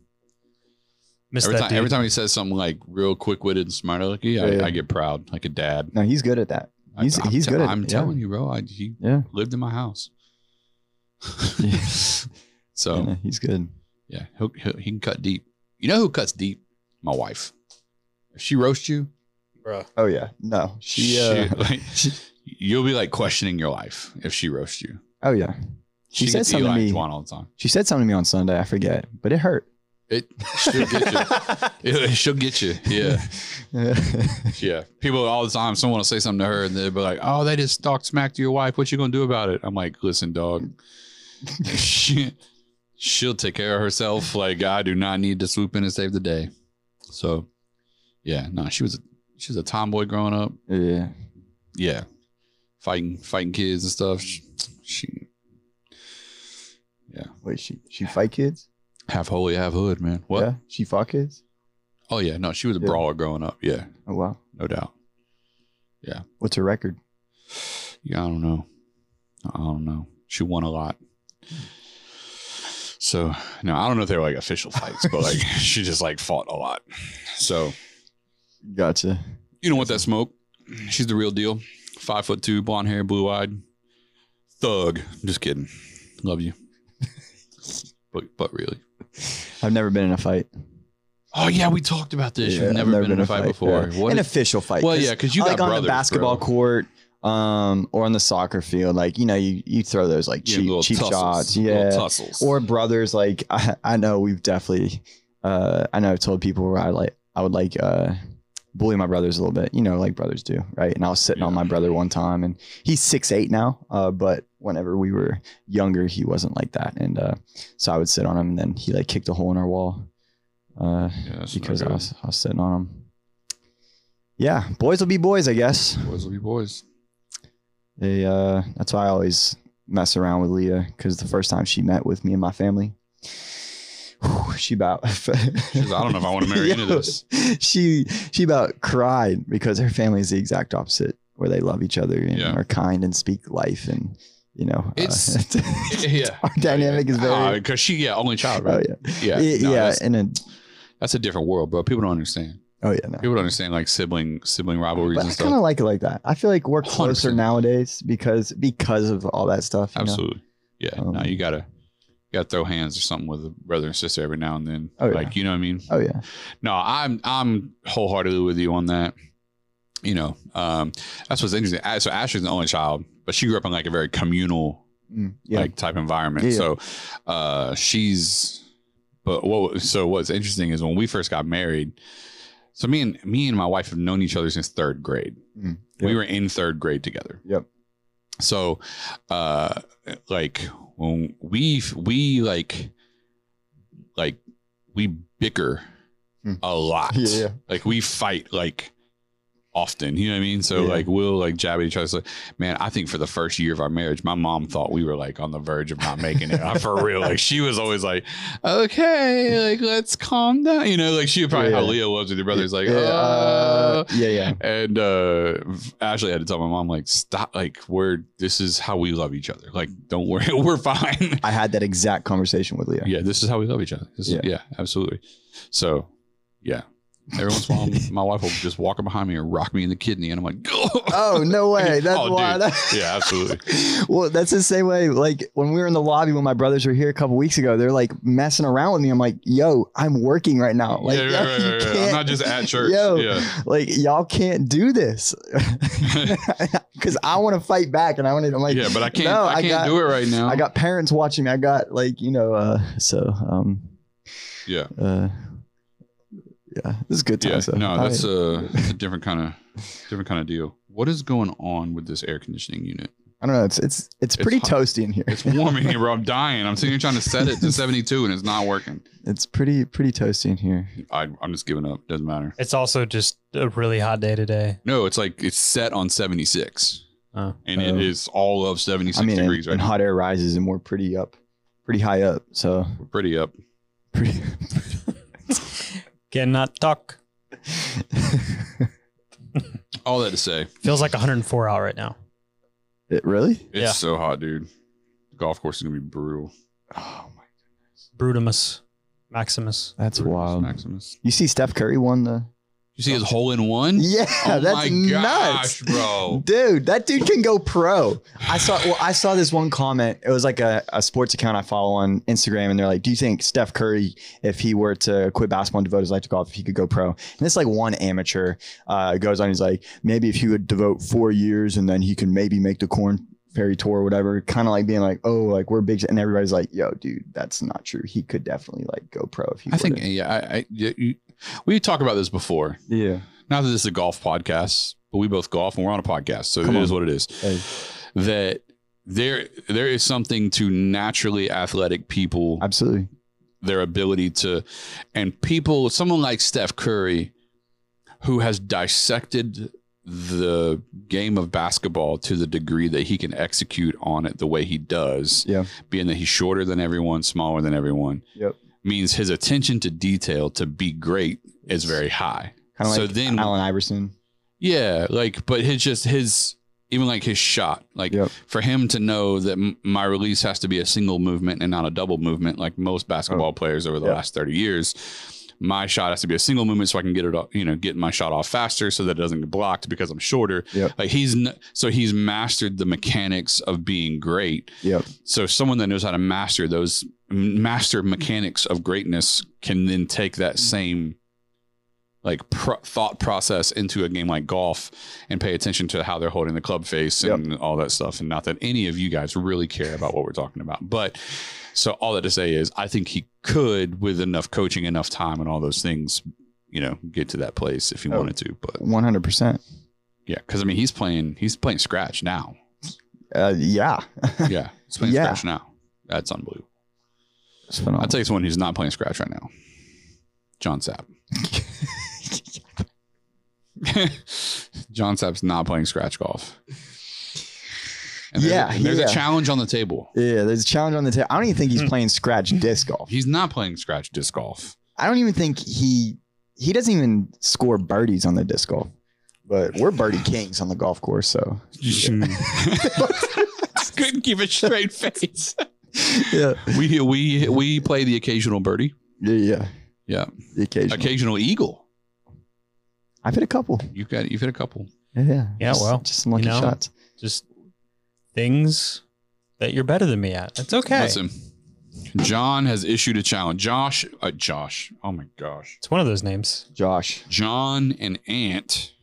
Speaker 3: miss
Speaker 2: Every
Speaker 3: that
Speaker 2: time,
Speaker 3: dude.
Speaker 2: every time he says something like real quick witted and smart, like
Speaker 1: Yeah,
Speaker 2: yeah,
Speaker 1: yeah.
Speaker 2: I, I get proud, like a dad.
Speaker 1: No, he's good at that.
Speaker 2: I-
Speaker 1: He's-
Speaker 2: I'm
Speaker 1: he's good at
Speaker 2: I'm
Speaker 1: it, yeah.
Speaker 2: telling you, bro. I, he
Speaker 1: Yeah.
Speaker 2: lived in my house,
Speaker 1: Yeah.
Speaker 2: <laughs> so Oh.
Speaker 1: Yeah, he's good.
Speaker 2: yeah, he'll, he'll, he can cut deep. You know who cuts deep? My wife. If she roasts you,
Speaker 3: bro.
Speaker 1: Oh yeah. No. She uh,
Speaker 2: shit, <laughs> like, you'll be like questioning your life if she roasts you.
Speaker 1: Oh yeah. She said
Speaker 2: gets
Speaker 1: something to
Speaker 2: Eli and
Speaker 1: me.
Speaker 2: Juan all the time.
Speaker 1: She said something to me on Sunday, I forget, but it hurt.
Speaker 2: It she'll
Speaker 1: <laughs>
Speaker 2: get
Speaker 3: <laughs>
Speaker 2: you. <laughs> It- she'll get you. Yeah. Yeah. People all the time, someone will say something to her and they'll be like, oh, they just talked smack to your wife. What you going to do about it? I'm like, listen,
Speaker 1: <laughs>
Speaker 2: dog, she, she'll take care of herself. Like, I do not need to swoop in and save the day. So, yeah, no, she was, she was a tomboy growing up.
Speaker 1: yeah.
Speaker 2: Yeah. Fighting, fighting kids and stuff. She, she
Speaker 1: Wait, she she fight kids?
Speaker 2: half holy, half hood, man. What?
Speaker 1: Yeah. She fought kids?
Speaker 2: Oh, yeah. No, she was a
Speaker 1: Yeah.
Speaker 2: brawler growing up. Yeah.
Speaker 1: Oh wow.
Speaker 2: No doubt.
Speaker 1: What's her record?
Speaker 2: Yeah, I don't know. I don't know. She won a lot. So no, I don't know if they were like official fights, but <laughs> like she just like fought a lot. So
Speaker 1: Gotcha.
Speaker 2: you don't want that smoke. She's the real deal. Five foot two, blonde hair, blue eyed, thug. Just kidding. Love you. but but really.
Speaker 1: I've never been in a fight.
Speaker 2: Oh yeah, we talked about this.
Speaker 1: Yeah,
Speaker 2: You've
Speaker 1: I've
Speaker 2: never, been, in a fight, before.
Speaker 1: yeah.
Speaker 2: What
Speaker 1: An
Speaker 2: if-
Speaker 1: official fight.
Speaker 2: well,
Speaker 1: 'cause
Speaker 2: yeah, because you got
Speaker 1: like on
Speaker 2: brothers,
Speaker 1: the basketball
Speaker 2: bro.
Speaker 1: court, um, or on the soccer field. Like you know, you you throw those like
Speaker 2: Yeah,
Speaker 1: cheap
Speaker 2: little
Speaker 1: cheap
Speaker 2: tussles,
Speaker 1: shots,
Speaker 2: little
Speaker 1: yeah,
Speaker 2: tussles.
Speaker 1: or brothers. Like <laughs> I, I know we've definitely, uh, I know I've told people where I like I would like uh, bully my brothers a little bit. You know, like brothers do, right? And I was sitting on my
Speaker 2: Yeah.
Speaker 1: brother one time, and he's six eight now, uh, but whenever we were younger, he wasn't like that, and uh, so I would sit on him, and then he like kicked a hole in our wall. Uh,
Speaker 2: Yeah, that's not
Speaker 1: because I
Speaker 2: good.
Speaker 1: was, I was sitting on them. Yeah, boys will be boys, I guess.
Speaker 2: boys will be boys.
Speaker 1: They uh, that's why I always mess around with Leah because the first time she met with me and my family, whew, she about. <laughs>
Speaker 2: She's like, I don't know if I want to marry into
Speaker 1: Yo,
Speaker 2: this.
Speaker 1: She she about cried because her family is the exact opposite, where they love each other and
Speaker 2: Yeah.
Speaker 1: are kind and speak life and you know. uh,
Speaker 2: It's- yeah,
Speaker 1: <laughs> our dynamic is very.
Speaker 2: because she yeah only child
Speaker 1: oh
Speaker 2: right.
Speaker 1: yeah,
Speaker 2: yeah,
Speaker 1: yeah,
Speaker 2: no,
Speaker 1: yeah
Speaker 2: That's,
Speaker 1: and a,
Speaker 2: that's a different world, bro. People don't understand.
Speaker 1: oh yeah. No.
Speaker 2: People don't understand like sibling sibling rivalries
Speaker 1: But
Speaker 2: and
Speaker 1: I
Speaker 2: stuff.
Speaker 1: kind of like it like that. I feel like we're
Speaker 2: 100%.
Speaker 1: closer nowadays because because of all that stuff. You
Speaker 2: Absolutely. Yeah. no,
Speaker 1: Um,
Speaker 2: you gotta you gotta throw hands or something with a brother and sister every now and then.
Speaker 1: Oh, yeah.
Speaker 2: Like you know what I mean?
Speaker 1: Know? Oh yeah.
Speaker 2: No, I'm I'm wholeheartedly with you on that. You know, um, that's what's interesting. A- So Ashley's the only child, but she grew up in like a very communal
Speaker 1: Mm, yeah.
Speaker 2: like type environment.
Speaker 1: Yeah, yeah.
Speaker 2: So uh she's but what so what's interesting is when we first got married, so me and me and my wife have known each other since third grade.
Speaker 1: Mm,
Speaker 2: We
Speaker 1: yeah.
Speaker 2: were in third grade together.
Speaker 1: Yep.
Speaker 2: So uh like when we we like like we bicker
Speaker 1: Hmm.
Speaker 2: a lot.
Speaker 1: Yeah, yeah.
Speaker 2: Like we fight like often. You know what I mean? So
Speaker 1: Yeah.
Speaker 2: like we'll like jab at each other. So, man, I think for the first year of our marriage, my mom thought we were like on the verge of not making it. I- for real. Like she was always like, okay, like let's calm down. You know, like she probably how
Speaker 1: Yeah.
Speaker 2: Leah was with your brothers, like,
Speaker 1: yeah,
Speaker 2: uh,
Speaker 1: uh, yeah, yeah,
Speaker 2: and uh Ashley had to tell my mom like stop like we're this is how we love each other like don't worry <laughs> we're fine
Speaker 1: I had that exact conversation with Leah.
Speaker 2: yeah this is how we love each other This is- yeah.
Speaker 1: Yeah.
Speaker 2: absolutely so yeah every
Speaker 1: <laughs>
Speaker 2: once in a while my wife will just walk up behind me and rock me in the kidney and I'm like
Speaker 1: Oh
Speaker 2: <laughs>
Speaker 1: no way! That's
Speaker 2: Oh, dude.
Speaker 1: wild.
Speaker 2: yeah absolutely
Speaker 1: <laughs> well, that's the same way. Like when we were in the lobby when my brothers were here a couple weeks ago, they're like messing around with me. I'm like, "Yo, I'm working right now. Like,
Speaker 2: <laughs> yeah, right,
Speaker 1: yo,
Speaker 2: right,
Speaker 1: you
Speaker 2: right, right. I'm
Speaker 1: can't-
Speaker 2: not just at church
Speaker 1: Yo,
Speaker 2: yeah
Speaker 1: like y'all can't do this <laughs> because I want to fight back and I want to. I'm <laughs> like,
Speaker 2: <laughs> yeah but I can't
Speaker 1: no,
Speaker 2: I
Speaker 1: I
Speaker 2: can't
Speaker 1: got-
Speaker 2: do it right now
Speaker 1: I got parents watching me. I got like, you know, uh, so um <laughs>
Speaker 2: Yeah.
Speaker 1: Uh yeah, this is good
Speaker 2: yeah
Speaker 1: times. though.
Speaker 2: no
Speaker 1: I-
Speaker 2: that's uh, a, that's a different kind of different kind of deal what is going on with this air conditioning unit
Speaker 1: I don't know. It's it's it's,
Speaker 2: It's
Speaker 1: pretty
Speaker 2: hot.
Speaker 1: toasty in here.
Speaker 2: It's warm in here, bro. I'm dying. I'm sitting here trying to set it to 72 and it's not working.
Speaker 1: <laughs> It's pretty pretty toasty in here.
Speaker 2: I, I'm just giving up. Doesn't matter.
Speaker 4: It's also just a really hot day today.
Speaker 2: No, it's like it's set on 76
Speaker 4: Oh.
Speaker 2: and it
Speaker 1: Oh.
Speaker 2: is all of 76
Speaker 1: I mean, and-
Speaker 2: degrees
Speaker 1: and
Speaker 2: right now.
Speaker 1: hot air rises and we're pretty up, pretty high up. So <laughs>
Speaker 2: We're pretty up.
Speaker 1: pretty. <laughs>
Speaker 4: Cannot talk.
Speaker 2: All that to say,
Speaker 4: Feels like 104 out right now.
Speaker 1: it really?
Speaker 2: it's
Speaker 4: Yeah.
Speaker 2: so hot, dude. The golf course is going to be brutal.
Speaker 1: Oh my,
Speaker 4: Brutimus, Maximus.
Speaker 1: that's
Speaker 2: Brutus
Speaker 1: wild.
Speaker 2: Maximus.
Speaker 1: You see, Steph Curry won the.
Speaker 2: You see his hole in one?
Speaker 1: <laughs> Yeah,
Speaker 2: oh
Speaker 1: that's
Speaker 2: my
Speaker 1: nuts.
Speaker 2: gosh, bro.
Speaker 1: Dude, that dude can go pro. <laughs> I saw well, I saw this one comment. It was like a, a sports account I follow on Instagram, and they're like, Do you think Steph Curry, if he were to quit basketball and devote his life to golf, if he could go pro? And this like one amateur uh, goes on, he's like, Maybe if he would devote four years and then he can maybe make the corn fairy tour or whatever, kind of like being like, Oh, like we're big and everybody's like, Yo, dude, that's not true. He could definitely like go pro if he
Speaker 2: I think,
Speaker 1: would've."
Speaker 2: yeah, I, I, yeah, you, we talked about this before.
Speaker 1: Yeah.
Speaker 2: Not that this is a golf podcast, but we both golf and we're on a podcast. So
Speaker 1: Come
Speaker 2: it
Speaker 1: on.
Speaker 2: is what it is.
Speaker 1: Hey.
Speaker 2: that there there is something to naturally athletic people
Speaker 1: Absolutely.
Speaker 2: their ability to and people someone like Steph Curry who has dissected the game of basketball to the degree that he can execute on it the way he does
Speaker 1: Yeah.
Speaker 2: being that he's shorter than everyone smaller than everyone
Speaker 1: Yep.
Speaker 2: means his attention to detail to be great is very high
Speaker 1: Kind of
Speaker 2: So
Speaker 1: like
Speaker 2: then-
Speaker 1: Allen Iverson.
Speaker 2: yeah, like, but his just his even like his shot, like
Speaker 1: Yep.
Speaker 2: for him to know that m- my release has to be a single movement and not a double movement, like most basketball
Speaker 1: Oh.
Speaker 2: players over the
Speaker 1: yeah.
Speaker 2: last thirty years. My shot has to be a single movement so I can get it, off, you know, get my shot off faster so that it doesn't get blocked because I'm shorter.
Speaker 1: Yep.
Speaker 2: Like he's n- so he's mastered the mechanics of being great.
Speaker 1: Yep.
Speaker 2: So someone that knows how to master those
Speaker 1: Mm.
Speaker 2: master mechanics of greatness can then take that same like pro- thought process into a game like golf and pay attention to how they're holding the club face
Speaker 1: Yep.
Speaker 2: and all that stuff. And not that any of you guys really care about what we're talking about, but so all that to say is, I think he could, with enough coaching, enough time, and all those things, you know, get to that place if he
Speaker 1: Oh.
Speaker 2: wanted to. But
Speaker 1: One hundred percent.
Speaker 2: yeah, because I mean, he's playing, he's playing
Speaker 1: <laughs>
Speaker 2: scratch now.
Speaker 1: Uh, Yeah,
Speaker 2: Yeah, he's playing
Speaker 1: Yeah.
Speaker 2: scratch now. That's unbelievable.
Speaker 1: it's phenomenal.
Speaker 2: I'll tell you someone who's not playing scratch right now. John Sapp. <laughs> John Sapp's not playing scratch golf. And there's a-
Speaker 1: Yeah,
Speaker 2: and there's
Speaker 1: yeah.
Speaker 2: a challenge on the table.
Speaker 1: Yeah, there's a challenge on the table. I don't even think he's
Speaker 3: Hmm.
Speaker 1: playing scratch disc golf.
Speaker 2: He's not playing scratch disc golf.
Speaker 1: I don't even think he he doesn't even score birdies on the disc golf. But we're birdie kings on the golf course,
Speaker 3: <laughs>
Speaker 1: so <laughs>
Speaker 2: <laughs> Couldn't give a straight face.
Speaker 1: yeah,
Speaker 2: We we we play the occasional birdie,
Speaker 1: yeah, yeah,
Speaker 2: Yeah.
Speaker 1: The occasion.
Speaker 2: occasional eagle.
Speaker 1: I've hit a couple.
Speaker 2: You've got you've hit a couple.
Speaker 1: Yeah,
Speaker 3: Yeah,
Speaker 1: Just-
Speaker 3: well,
Speaker 1: just some lucky
Speaker 3: you know.
Speaker 1: shots.
Speaker 3: Just things that you're better than me at. It's okay.
Speaker 2: Listen, John has issued a challenge. Josh, uh, Josh. Oh my gosh.
Speaker 3: It's one of those names.
Speaker 1: Josh,
Speaker 2: John and Ant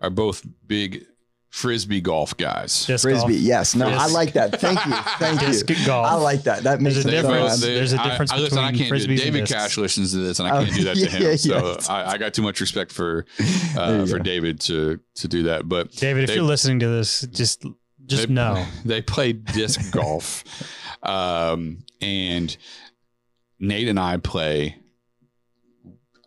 Speaker 2: are both big frisbee golf guys.
Speaker 3: Disc
Speaker 1: frisbee.
Speaker 3: golf.
Speaker 1: Yes, no, I
Speaker 3: Disc.
Speaker 1: like that. Thank
Speaker 3: <laughs>
Speaker 1: you, thank
Speaker 3: Disc
Speaker 1: you.
Speaker 3: golf.
Speaker 1: I like that. That
Speaker 3: There's
Speaker 1: makes
Speaker 3: a
Speaker 1: it so
Speaker 3: difference.
Speaker 1: much-
Speaker 2: they-
Speaker 3: There's a difference
Speaker 2: I, I, listen, I
Speaker 3: between
Speaker 2: can't do it.
Speaker 3: frisbees and
Speaker 2: David
Speaker 3: discs.
Speaker 2: Cash listens to this, and I
Speaker 1: Oh,
Speaker 2: can't do that to him.
Speaker 1: yeah,
Speaker 2: So
Speaker 1: yes.
Speaker 2: I, I got too much respect for
Speaker 1: There
Speaker 2: uh,
Speaker 1: you
Speaker 2: for
Speaker 1: go.
Speaker 2: David to to do that. But
Speaker 3: David, if
Speaker 2: They-
Speaker 3: you're listening to this, just just
Speaker 1: <laughs>
Speaker 2: they,
Speaker 3: know.
Speaker 2: <laughs> they play disc golf, um, and Nate and I play.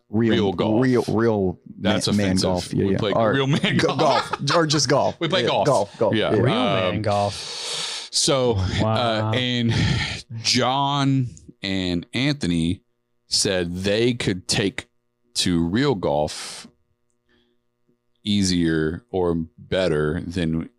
Speaker 1: real,
Speaker 2: real golf.
Speaker 1: real, real.
Speaker 2: That's
Speaker 1: man, man
Speaker 2: offensive.
Speaker 1: golf. Yeah,
Speaker 2: we
Speaker 1: yeah.
Speaker 2: play
Speaker 1: Or-
Speaker 2: real man
Speaker 1: go-
Speaker 2: golf.
Speaker 1: golf or just golf.
Speaker 2: We play
Speaker 1: Yeah,
Speaker 2: golf.
Speaker 1: golf, golf.
Speaker 2: Yeah.
Speaker 3: Real man
Speaker 2: um,
Speaker 3: golf.
Speaker 2: So,
Speaker 3: Wow.
Speaker 2: uh, and John and Anthony said they could take to real golf easier or better than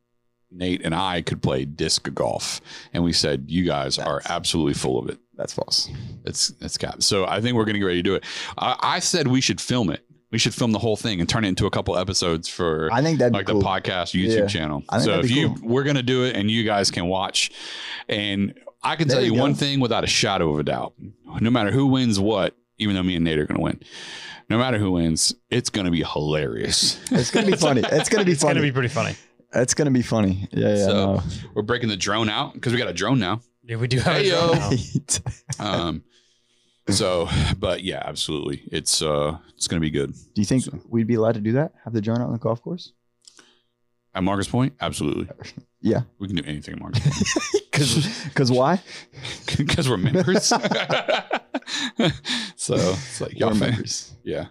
Speaker 2: Nate and I could play disc golf. And we said, you guys are
Speaker 1: That's-
Speaker 2: absolutely full of it.
Speaker 1: That's false.
Speaker 2: It's, it's got, so I think we're going to get ready to do it. I, I said we should film it. We should film the whole thing and turn it into a couple episodes for
Speaker 1: I think that'd
Speaker 2: like
Speaker 1: be cool.
Speaker 2: the podcast YouTube
Speaker 1: Yeah.
Speaker 2: channel.
Speaker 1: I think
Speaker 2: So
Speaker 1: that'd
Speaker 2: if
Speaker 1: be
Speaker 2: you
Speaker 1: cool.
Speaker 2: we're gonna do it and you guys can watch. And I can
Speaker 1: There
Speaker 2: tell
Speaker 1: you
Speaker 2: you one
Speaker 1: go.
Speaker 2: thing without a shadow of a doubt. No matter who wins what, even though me and Nate are gonna win, no matter who wins, it's gonna be hilarious.
Speaker 1: <laughs> It's gonna be funny. It's gonna be
Speaker 3: It's going
Speaker 1: funny.
Speaker 3: to be pretty funny.
Speaker 1: It's gonna be funny. Yeah, yeah.
Speaker 2: So-
Speaker 1: no.
Speaker 2: We're breaking the drone out because we got a drone now.
Speaker 3: Yeah, we do have
Speaker 2: Hey,
Speaker 3: a drone
Speaker 2: yo.
Speaker 1: <laughs>
Speaker 3: now.
Speaker 2: Um so but yeah, absolutely. It's uh it's gonna be good.
Speaker 1: Do you think
Speaker 2: So-
Speaker 1: we'd be allowed to do that? Have the drone out on the golf course?
Speaker 2: At Marcus Point? Absolutely.
Speaker 3: <laughs>
Speaker 1: Yeah.
Speaker 2: We can do anything at Marcus Point. <laughs>
Speaker 1: Because why?
Speaker 2: Because we're members. <laughs> so it's like y'all
Speaker 1: We're
Speaker 2: fin-
Speaker 1: members.
Speaker 2: Yeah.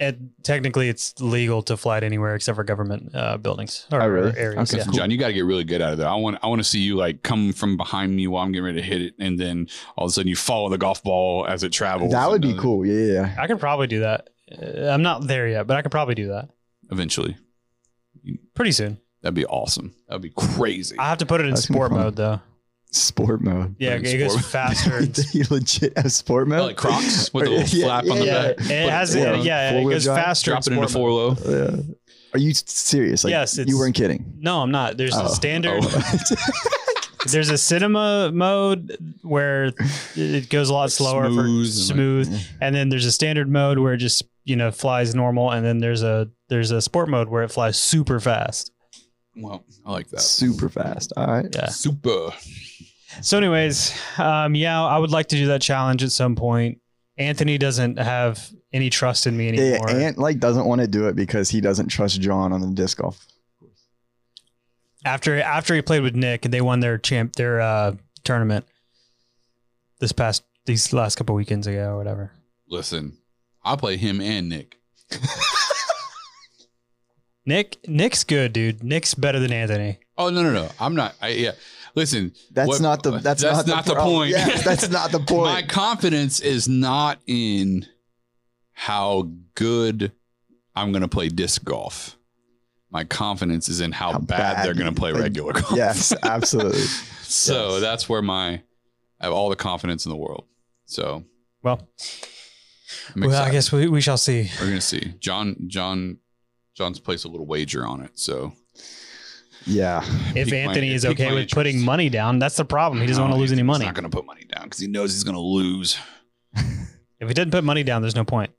Speaker 3: It, technically, it's legal to fly to anywhere except for government uh, buildings or
Speaker 1: Oh, really?
Speaker 3: areas.
Speaker 1: Okay.
Speaker 3: yeah.
Speaker 1: Cool.
Speaker 2: John, you got to get really good at it. Though. I want I want to see you like come from behind me while I'm getting ready to hit it, and then all of a sudden you follow the golf ball as it travels.
Speaker 1: That would
Speaker 2: and uh,
Speaker 1: be
Speaker 2: does it
Speaker 1: cool. Yeah, yeah, yeah.
Speaker 3: I can probably do that. Uh, I'm not there yet, but I could probably do that
Speaker 2: Eventually,
Speaker 3: pretty soon.
Speaker 2: that'd be awesome. That'd be crazy.
Speaker 3: I have to put it in
Speaker 1: That's gonna be
Speaker 3: sport
Speaker 1: fun.
Speaker 3: mode though.
Speaker 1: Sport mode. <laughs>
Speaker 3: Yeah,
Speaker 2: in
Speaker 3: it goes
Speaker 2: sport- <laughs>
Speaker 3: faster. and-
Speaker 1: Do you legit have sport mode?
Speaker 2: like Crocs with a
Speaker 1: <laughs>
Speaker 2: little
Speaker 1: Yeah,
Speaker 2: flap on the
Speaker 1: yeah.
Speaker 2: back,
Speaker 3: it has
Speaker 1: Yeah.
Speaker 3: yeah, yeah it
Speaker 1: Four-wheel
Speaker 3: goes
Speaker 1: drive?
Speaker 3: faster. in
Speaker 2: drop it in a
Speaker 3: sport mode.
Speaker 2: four low.
Speaker 1: Yeah. Are you serious? Like,
Speaker 3: Yes, it's-
Speaker 1: you weren't kidding.
Speaker 3: No, I'm not. There's
Speaker 1: Oh.
Speaker 3: a standard.
Speaker 2: Oh. <laughs>
Speaker 3: There's a cinema mode where
Speaker 1: <laughs>
Speaker 3: it goes a lot
Speaker 2: Like
Speaker 3: slower
Speaker 2: smooth and, like-
Speaker 3: for smooth, and then there's a standard mode where it just you know flies normal, and then there's a there's a sport mode where it flies super fast.
Speaker 2: Well, I like that.
Speaker 1: Super fast. All right.
Speaker 3: Yeah.
Speaker 2: Super.
Speaker 3: So, anyways, um, yeah, I would like to do that challenge at some point. Anthony doesn't have any trust in me
Speaker 1: Yeah,
Speaker 3: anymore.
Speaker 1: Ant like doesn't want to do it because he doesn't trust John on the disc golf.
Speaker 3: after after he played with Nick and they won their champ their uh, tournament this past these last couple weekends ago or whatever.
Speaker 2: Listen, I play him and Nick.
Speaker 3: Nick Nick's good, dude. Nick's better than Anthony.
Speaker 2: Oh no no no! I'm not. I, yeah, listen.
Speaker 1: That's
Speaker 2: What-
Speaker 1: not the.
Speaker 2: <laughs>
Speaker 1: That's, not,
Speaker 2: that's not
Speaker 1: the,
Speaker 2: the
Speaker 1: problem.
Speaker 2: point.
Speaker 1: Yes, that's not the point.
Speaker 2: <laughs> My confidence is not in how good I'm going to play disc golf. My confidence is in how,
Speaker 1: How
Speaker 2: bad,
Speaker 1: bad
Speaker 2: they're going
Speaker 1: you
Speaker 2: to play
Speaker 1: play- <laughs>
Speaker 2: regular golf.
Speaker 1: yes, absolutely.
Speaker 2: <laughs> so
Speaker 1: Yes.
Speaker 2: that's where my I have all the confidence in the world. So
Speaker 3: Well,
Speaker 2: I'm
Speaker 3: well, I
Speaker 2: excited.
Speaker 3: guess we, we shall see.
Speaker 2: we're going to see. John John John's placed a little wager on it. So
Speaker 1: Yeah.
Speaker 3: If
Speaker 2: Piqued my-
Speaker 3: Anthony is
Speaker 2: it piqued
Speaker 3: okay
Speaker 2: my
Speaker 3: with putting
Speaker 2: interest.
Speaker 3: money down, that's the problem. Oh, He doesn't want to
Speaker 2: No,
Speaker 3: lose any
Speaker 2: Um, he's
Speaker 3: money.
Speaker 2: Not going to put money down because he knows he's going to lose.
Speaker 3: If he didn't put money down, there's no point.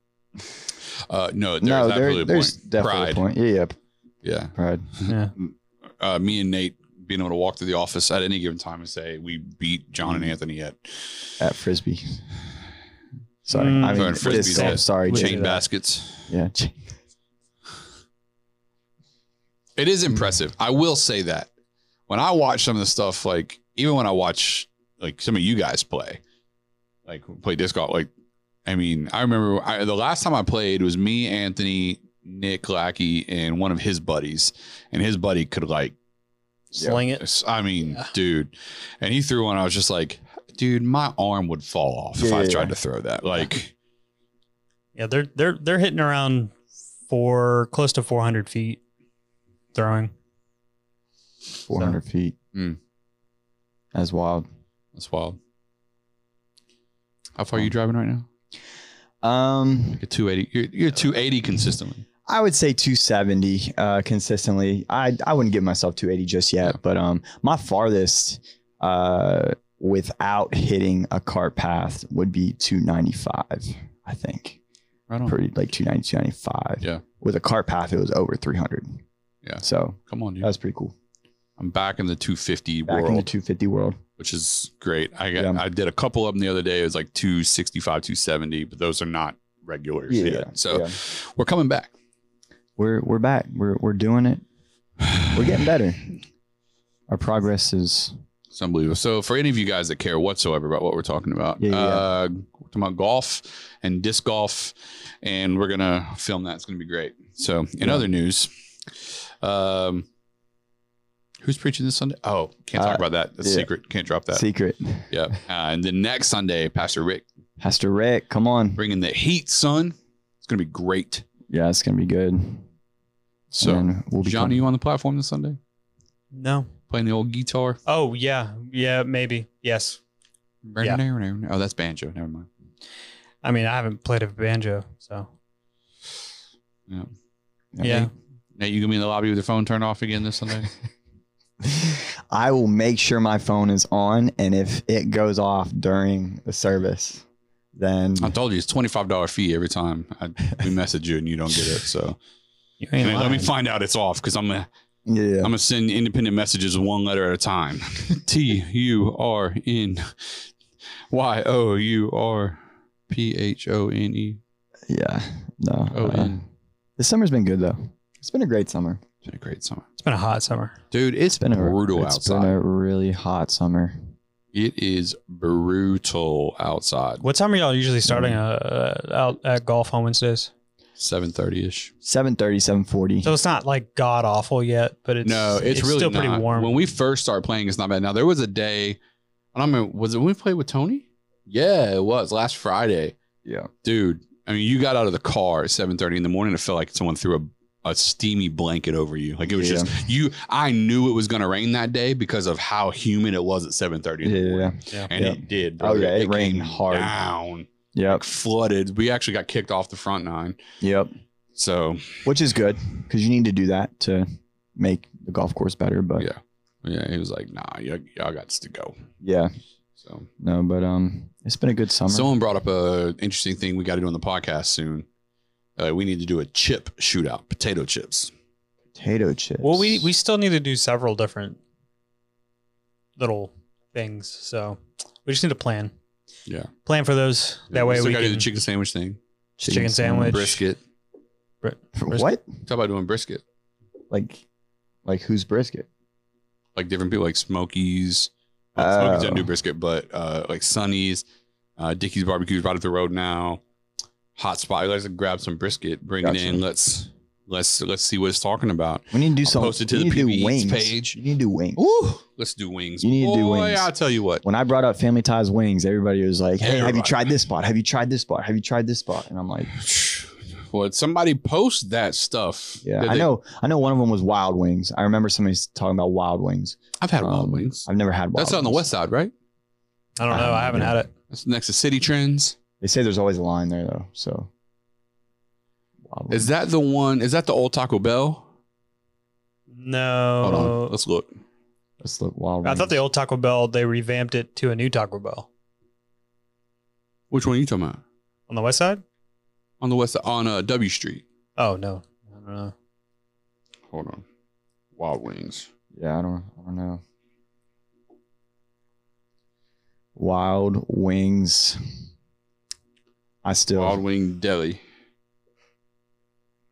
Speaker 2: Uh, no, there's
Speaker 1: no, there-
Speaker 2: absolutely a
Speaker 1: there's
Speaker 2: point.
Speaker 1: definitely
Speaker 2: Pride.
Speaker 1: a point. Yeah, yeah,
Speaker 2: <laughs> Yeah.
Speaker 1: pride.
Speaker 4: Yeah.
Speaker 2: Uh, me and Nate being able to walk through the office at any given time and say we beat John
Speaker 4: Mm-hmm.
Speaker 2: and Anthony at
Speaker 1: At frisbee. Sorry,
Speaker 4: Mm.
Speaker 1: I mean
Speaker 2: Throwing frisbees
Speaker 1: this. I'm
Speaker 2: at
Speaker 1: sorry,
Speaker 4: We
Speaker 1: Jake.
Speaker 4: did
Speaker 2: chain
Speaker 4: that.
Speaker 2: baskets.
Speaker 1: Yeah, Jake.
Speaker 2: It
Speaker 4: Mm-hmm.
Speaker 2: is impressive. I will say that when I watch some of the stuff, like even when I watch like some of you guys play, like play disc golf, like I mean, I remember I, the last time I played was me, Anthony, Nick Lackey, and one of his buddies, and his buddy could like,
Speaker 3: Sling it.
Speaker 2: I mean,
Speaker 3: Yeah.
Speaker 2: dude, and he threw one. I was just like, dude, my arm would fall off if
Speaker 1: Yeah,
Speaker 2: I
Speaker 1: yeah,
Speaker 2: tried
Speaker 1: yeah.
Speaker 2: to throw that. Like,
Speaker 4: Yeah, they're they're they're hitting around four, close to 400 feet throwing.
Speaker 1: 400 feet.
Speaker 2: Mm.
Speaker 1: That's wild.
Speaker 2: that's wild. How far are you driving right now?
Speaker 1: Um,
Speaker 2: You're 280. You're, you're 280 consistently.
Speaker 1: I would say 270 uh, consistently. I I wouldn't give myself 280 just yet, but um, my farthest uh without hitting a cart path would be 295. I think
Speaker 2: Right on.
Speaker 1: pretty like 290, 295.
Speaker 2: Yeah.
Speaker 1: With a cart path, it was over 300.
Speaker 2: Yeah.
Speaker 1: So
Speaker 2: Come on, dude.
Speaker 1: that was pretty cool.
Speaker 2: I'm back in the 250
Speaker 1: Back in the
Speaker 2: world,
Speaker 1: 250 world.
Speaker 2: which is great. I got,
Speaker 1: Yeah.
Speaker 2: I did a couple of them the other day. It was like 265, 270, but those are not regulars
Speaker 1: Yeah,
Speaker 2: yet. So
Speaker 1: yeah.
Speaker 2: we're coming back.
Speaker 1: We're we're back. We're we're doing it. We're
Speaker 2: <sighs>
Speaker 1: getting better. Our progress is
Speaker 2: It's unbelievable. So for any of you guys that care whatsoever about what we're talking about,
Speaker 1: Yeah, yeah, yeah.
Speaker 2: uh, we're talking about golf and disc golf, and we're gonna film that. It's gonna be great. So in
Speaker 1: Yeah.
Speaker 2: other news, um, who's preaching this Sunday? Oh, can't talk
Speaker 1: Uh,
Speaker 2: about that. That's
Speaker 1: yeah.
Speaker 2: secret. Can't drop that.
Speaker 1: secret.
Speaker 2: yeah. Uh, and then next Sunday, Pastor Rick
Speaker 1: Pastor Rick, come on.
Speaker 2: bringing the heat, son. It's gonna be great.
Speaker 1: Yeah, it's gonna be good.
Speaker 2: So,
Speaker 1: And we'll be
Speaker 2: John, are you on the platform this Sunday
Speaker 4: No.
Speaker 2: playing the old guitar?
Speaker 4: Oh, yeah. Yeah, maybe. Yes.
Speaker 2: Oh, that's banjo. Never mind.
Speaker 4: I mean, I haven't played a banjo, so yeah.
Speaker 2: Now you gonna be in the lobby with your phone turned off again this Sunday?
Speaker 1: <laughs> I will make sure my phone is on, and if it goes off during the service, then
Speaker 2: I told you it's twenty five dollar fee every time I, we message you and you don't get it.
Speaker 1: <laughs>
Speaker 2: So
Speaker 4: You
Speaker 2: I
Speaker 4: ain't
Speaker 2: mean, let me
Speaker 4: lying.
Speaker 2: find out it's off because I'm gonna
Speaker 1: yeah,
Speaker 2: I'm gonna send independent messages one letter at a time. <laughs> T U R N Y O U R P H O N E.
Speaker 1: yeah, no.
Speaker 2: Oh,
Speaker 1: uh,
Speaker 2: yeah.
Speaker 1: this summer's been good though. It's been a great summer.
Speaker 2: It's been a great summer,
Speaker 4: It's been a hot summer.
Speaker 2: dude. It's
Speaker 1: It's been a
Speaker 2: brutal
Speaker 1: it's
Speaker 2: outside.
Speaker 1: been a really hot summer.
Speaker 2: It is brutal outside.
Speaker 4: What time are y'all usually starting uh, uh, out at golf on Wednesdays?
Speaker 2: Seven thirty ish.
Speaker 1: 730, 740.
Speaker 4: So it's not like god awful yet, but it's
Speaker 2: No, it's, really
Speaker 4: still pretty
Speaker 2: not.
Speaker 4: warm.
Speaker 2: When we first started playing, it's not bad. Now there was a day, I don't remember. Was it when we played with Tony? Yeah, it was last Friday,
Speaker 1: yeah.
Speaker 2: dude. I mean, you got out of the car at seven thirty in the morning. It felt like someone threw a, a steamy blanket over you. Like it was
Speaker 1: Yeah.
Speaker 2: just you. I knew it was going to rain that day because of how humid it was at seven thirty.
Speaker 1: Yeah. Yeah.
Speaker 2: and
Speaker 1: Yeah.
Speaker 2: it did.
Speaker 1: Oh,
Speaker 2: brother.
Speaker 1: yeah, it
Speaker 2: came
Speaker 1: rained hard.
Speaker 2: down,
Speaker 1: Yep.
Speaker 2: flooded. We actually got kicked off the front nine.
Speaker 1: Yep.
Speaker 2: So
Speaker 1: Which is good because you need to do that to make the golf course better. But
Speaker 2: Yeah. yeah, he was like, "Nah, y'all, y'all got to go."
Speaker 1: yeah,
Speaker 2: So
Speaker 1: no, but um, it's been a good summer.
Speaker 2: Someone brought up a interesting thing we got to do on the podcast soon. Uh, we need to do a chip shootout, potato chips.
Speaker 1: Potato chips.
Speaker 4: well, we we still need to do several different little things, so we just need to plan.
Speaker 2: Yeah.
Speaker 4: plan for those. That way
Speaker 2: still
Speaker 4: we
Speaker 2: gotta
Speaker 4: can
Speaker 2: do the chicken sandwich thing.
Speaker 4: chicken, sandwich.
Speaker 2: Brisket.
Speaker 4: brisket.
Speaker 1: what
Speaker 2: Talk about doing brisket.
Speaker 1: like like who's brisket?
Speaker 2: Like different people, like Smokies. Well, Smokies don't
Speaker 1: Oh.
Speaker 2: do brisket, but uh, like Sonny's, uh, Dickie's Barbecue's right up the road now. Hot spot. Let's grab some brisket, bring
Speaker 1: Gotcha.
Speaker 2: it in. Let's let's let's see what it's talking about.
Speaker 1: We need to do
Speaker 2: I'll
Speaker 1: something.
Speaker 2: post it to
Speaker 1: we
Speaker 2: the
Speaker 1: need to do
Speaker 2: PBE
Speaker 1: wings.
Speaker 2: page.
Speaker 1: You need to do wings.
Speaker 2: Ooh, let's do wings.
Speaker 1: You need to do
Speaker 2: Boy,
Speaker 1: wings.
Speaker 2: I'll tell you what. <sighs>
Speaker 1: When I brought up Family Ties wings, everybody was like, "Hey, have you
Speaker 2: Everybody.
Speaker 1: tried this spot? Have you tried this spot? Have you tried this spot?" And I'm like,
Speaker 2: Well, somebody post that stuff.
Speaker 1: "Yeah,
Speaker 2: that
Speaker 1: I
Speaker 2: they-
Speaker 1: know. I know one of them was Wild Wings. I remember somebody talking about Wild Wings.
Speaker 2: I've had Wild
Speaker 1: Um,
Speaker 2: Wings.
Speaker 1: I've never had Wild.
Speaker 2: That's on the
Speaker 1: Wings.
Speaker 2: west side, right?
Speaker 4: I don't know. I haven't had it.
Speaker 2: That's next to City Trends.
Speaker 1: They say there's always a line there though. So, Wild
Speaker 2: Is
Speaker 1: Wings.
Speaker 2: that the one? Is that the old Taco Bell?
Speaker 4: No,
Speaker 2: Hold
Speaker 3: Uh,
Speaker 2: on, let's look.
Speaker 1: let's look Wild.
Speaker 4: I thought the
Speaker 1: Wings.
Speaker 4: old Taco Bell they revamped it to a new Taco Bell
Speaker 2: Which one are you talking about?
Speaker 4: on the west side.
Speaker 2: Oh on the west on uh, W Street.
Speaker 4: Oh no, I don't know.
Speaker 2: Hold on, Wild Wings.
Speaker 1: Yeah, I don't, I don't know. Wild Wings. I still
Speaker 2: Wild Wing Deli.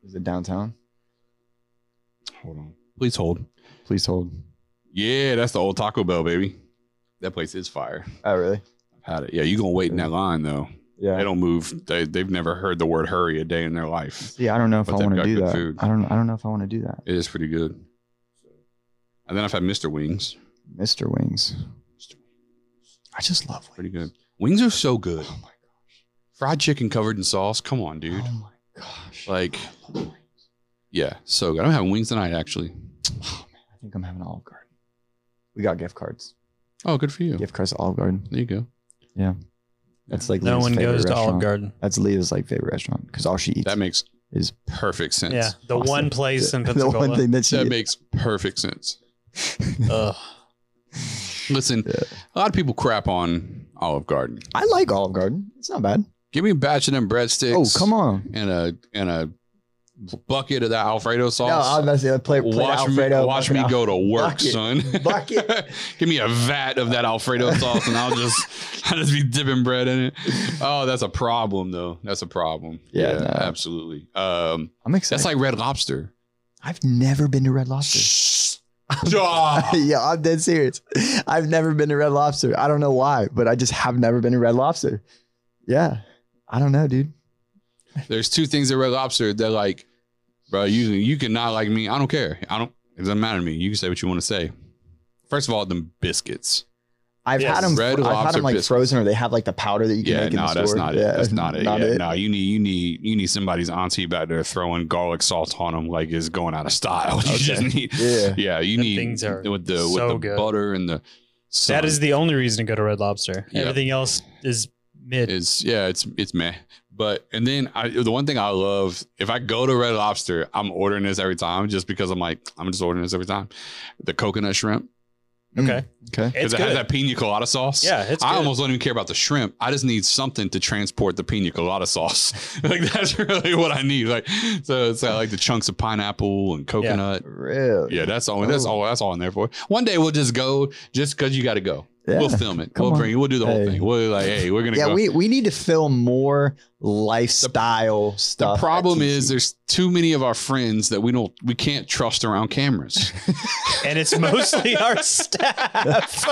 Speaker 1: is it downtown?
Speaker 2: Hold on, please hold.
Speaker 1: Please hold.
Speaker 2: Yeah, that's the old Taco Bell, baby. That place is fire.
Speaker 1: Oh, really?
Speaker 2: I've had it. Yeah, you gonna wait in that line though.
Speaker 1: Yeah.
Speaker 2: They don't move. They they've never heard the word hurry a day in their life.
Speaker 1: See, I don't know if
Speaker 2: But
Speaker 1: I
Speaker 2: they've
Speaker 1: want to
Speaker 2: got
Speaker 1: do
Speaker 2: good
Speaker 1: that.
Speaker 2: food.
Speaker 1: I don't. I don't know if I want to do that.
Speaker 2: It is pretty good. And then I've had Mr. Wings.
Speaker 1: Mr. Wings. I just love Oh wings.
Speaker 2: Pretty good. Wings are so good. Fried chicken covered in sauce. Come on, dude.
Speaker 1: Oh my gosh.
Speaker 2: Like, yeah, so good. I'm having wings tonight, actually.
Speaker 1: Oh, man, I think I'm having Olive Garden. We got gift cards.
Speaker 2: Oh, good for you.
Speaker 1: Gift cards to Olive Garden.
Speaker 2: There you go.
Speaker 1: That's like
Speaker 4: No
Speaker 1: Leah's
Speaker 4: one
Speaker 1: favorite
Speaker 4: goes to Olive
Speaker 1: restaurant.
Speaker 4: Garden.
Speaker 1: That's Leah's like favorite restaurant because all she eats
Speaker 2: That makes
Speaker 1: is
Speaker 2: perfect sense.
Speaker 4: Yeah, the
Speaker 1: Awesome.
Speaker 4: one place in
Speaker 1: <laughs> the
Speaker 4: Pensacola.
Speaker 1: one thing that she.
Speaker 2: That makes perfect sense.
Speaker 4: Ugh.
Speaker 2: Listen,
Speaker 1: Yeah.
Speaker 2: a lot of people crap on Olive Garden.
Speaker 1: I like Olive Garden. It's not bad.
Speaker 2: Give me a batch of them breadsticks.
Speaker 1: Oh come on!
Speaker 2: And a and a bucket of that Alfredo sauce.
Speaker 1: No, I was about to say, play, play the
Speaker 2: watch
Speaker 1: Alfredo.
Speaker 2: me, watch me go to work,
Speaker 1: Bucket.
Speaker 2: son.
Speaker 1: Bucket.
Speaker 2: <laughs> Give me a vat of that Alfredo sauce, and I'll just, <laughs> I'll just be dipping bread in it. Oh, that's a problem, though. That's a problem.
Speaker 1: Yeah, no.
Speaker 2: absolutely. Um,
Speaker 1: I'm excited.
Speaker 2: that's like Red Lobster.
Speaker 1: I've never been to Red Lobster.
Speaker 2: <laughs> Stop.
Speaker 1: <laughs> yeah, I'm dead serious. I've never been to Red Lobster. I don't know why, but I just have never been to Red Lobster. Yeah, I don't know, dude.
Speaker 2: There's two things at Red Lobster that like, bro. You you can not like me. I don't care. I don't. It doesn't matter to me. You can say what you want to say. First of all, them biscuits.
Speaker 1: I've
Speaker 3: Yes.
Speaker 1: had them.
Speaker 2: Red
Speaker 1: I've had
Speaker 2: lobster
Speaker 1: them like
Speaker 2: biscuits.
Speaker 1: frozen, or they have like the powder that you can
Speaker 2: Yeah,
Speaker 1: make in
Speaker 2: no,
Speaker 1: the store.
Speaker 2: that's not it.
Speaker 1: Yeah, <laughs>
Speaker 2: That's not it. yeah, no, you need you need you need somebody's auntie back there throwing garlic salt on them like it's going out of style. <laughs> You
Speaker 1: Okay.
Speaker 2: just need
Speaker 1: Yeah.
Speaker 2: yeah, you
Speaker 4: Them
Speaker 2: need
Speaker 4: things are
Speaker 2: with the
Speaker 4: so
Speaker 2: with the
Speaker 4: good.
Speaker 2: butter and the sun
Speaker 4: That is the only reason to go to Red Lobster.
Speaker 2: Yeah.
Speaker 4: Everything else is mid.
Speaker 2: is yeah, it's it's meh. But and then I the one thing I love if I go to Red Lobster, I'm ordering this every time just because I'm like I'm just ordering this every time. The coconut shrimp
Speaker 4: okay,
Speaker 1: Mm, Okay.
Speaker 2: because
Speaker 4: it's
Speaker 2: it
Speaker 4: good.
Speaker 2: has that pina colada sauce.
Speaker 4: yeah, it's.
Speaker 2: I
Speaker 4: good.
Speaker 2: almost don't even care about the shrimp. I just need something to transport the pina colada sauce. <laughs> like that's really what I need. Like so, it's uh, like the chunks of pineapple and coconut.
Speaker 1: Really?
Speaker 2: Yeah, that's all. That's all. That's all in there for. One day we'll just go, just because you got to go.
Speaker 1: Yeah.
Speaker 2: We'll film it.
Speaker 1: Come
Speaker 2: we'll
Speaker 1: on.
Speaker 2: bring. it. We'll do the whole
Speaker 1: Hey.
Speaker 2: thing. We'll be like, hey, we're gonna
Speaker 1: Yeah,
Speaker 2: go.
Speaker 1: we, we need to film more lifestyle stuff.
Speaker 2: the
Speaker 1: at
Speaker 2: problem
Speaker 1: TC.
Speaker 2: is there's too many of our friends that we don't we can't trust
Speaker 1: <laughs>
Speaker 2: around cameras.
Speaker 4: and it's mostly our staff.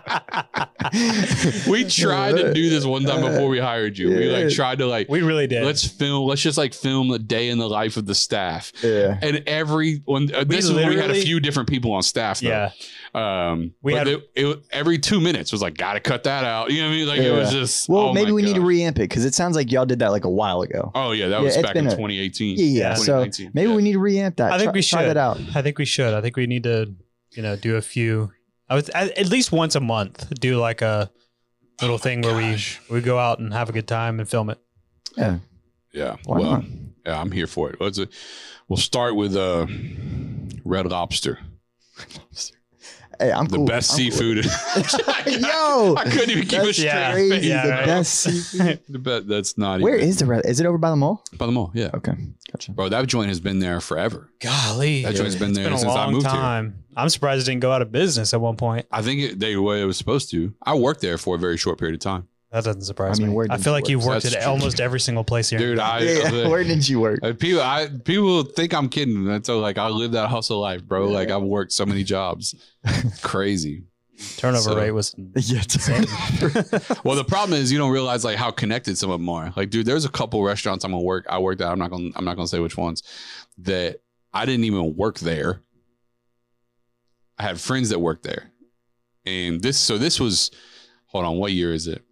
Speaker 4: <laughs>
Speaker 2: <laughs>
Speaker 1: <laughs>
Speaker 2: we tried to do this one time before we hired you. We like
Speaker 1: Yeah.
Speaker 2: tried to like
Speaker 4: we really did.
Speaker 2: let's film. Let's just like film a day in the life of the staff.
Speaker 1: Yeah.
Speaker 2: and everyone uh, this is when we had a
Speaker 4: literally-
Speaker 2: few different people on staff though.
Speaker 4: yeah,
Speaker 2: um
Speaker 4: We
Speaker 2: we had
Speaker 4: had-
Speaker 2: it, it- every two minutes was like gotta cut that out you know what i mean like it
Speaker 1: Yeah.
Speaker 2: was just
Speaker 1: Well,
Speaker 2: oh
Speaker 1: maybe
Speaker 2: my
Speaker 1: we need to
Speaker 2: gosh.
Speaker 1: reamp it because it sounds like y'all did that like a while ago.
Speaker 2: oh yeah that
Speaker 1: Yeah,
Speaker 2: was
Speaker 1: it's
Speaker 2: back
Speaker 1: been
Speaker 2: in
Speaker 1: a-
Speaker 2: 2018
Speaker 1: Yeah, yeah. So
Speaker 2: 2019.
Speaker 1: maybe
Speaker 2: Yeah.
Speaker 1: we need to reamp that.
Speaker 4: I think
Speaker 1: Try-
Speaker 4: we
Speaker 1: try
Speaker 4: should.
Speaker 1: that out.
Speaker 4: I think we should. I think we need to, you know, do a few. I would at at least once a month do like a little thing where
Speaker 2: Oh gosh.
Speaker 4: we we go out and have a good time and film it.
Speaker 2: yeah
Speaker 1: Why
Speaker 2: well
Speaker 1: not?
Speaker 2: yeah i'm here for it let's uh, we'll start with uh red lobster
Speaker 1: Hey, I'm
Speaker 2: the
Speaker 1: cool.
Speaker 2: best
Speaker 1: I'm cool.
Speaker 2: seafood <laughs>
Speaker 1: <laughs> Yo,
Speaker 2: i couldn't even keep a
Speaker 1: that's
Speaker 2: straight
Speaker 4: yeah,
Speaker 1: crazy.
Speaker 4: yeah,
Speaker 1: the
Speaker 4: right.
Speaker 1: best seafood.
Speaker 2: the be- that's not
Speaker 1: Where
Speaker 2: even
Speaker 1: is the red? Is it over by the mall?
Speaker 2: by the mall yeah
Speaker 1: Okay, gotcha.
Speaker 2: bro that joint has been there forever
Speaker 4: Golly,
Speaker 2: that
Speaker 1: Yeah.
Speaker 2: joint's been
Speaker 4: it's
Speaker 2: there
Speaker 4: been a
Speaker 2: since i
Speaker 4: long
Speaker 2: moved here
Speaker 4: time. I'm surprised it didn't go out of business at one point.
Speaker 2: I think it, they were it was supposed to. I worked there for a very short period of time,
Speaker 4: That doesn't surprise
Speaker 1: I mean,
Speaker 4: me.
Speaker 1: where
Speaker 4: I
Speaker 1: did
Speaker 4: feel
Speaker 1: you
Speaker 4: like you've
Speaker 2: work?
Speaker 4: worked
Speaker 2: That's
Speaker 4: at
Speaker 2: true.
Speaker 4: almost every single place here.
Speaker 2: dude. I,
Speaker 1: yeah,
Speaker 2: <laughs>
Speaker 1: <laughs>
Speaker 2: I-
Speaker 1: where did you work?
Speaker 2: I- people, I people think I'm kidding. That's all, like I live that hustle life, bro.
Speaker 1: Yeah.
Speaker 2: Like I've worked so many jobs, crazy.
Speaker 4: Turnover
Speaker 2: So-
Speaker 4: rate was
Speaker 1: yeah,
Speaker 2: Well, the problem is you don't realize like how connected some of them are. Like, dude, there's a couple restaurants I'm gonna work. I worked at. I'm not gonna. I'm not gonna say which ones. That I didn't even work there. I had friends that worked there, and this. So this was. Hold on, what year is it?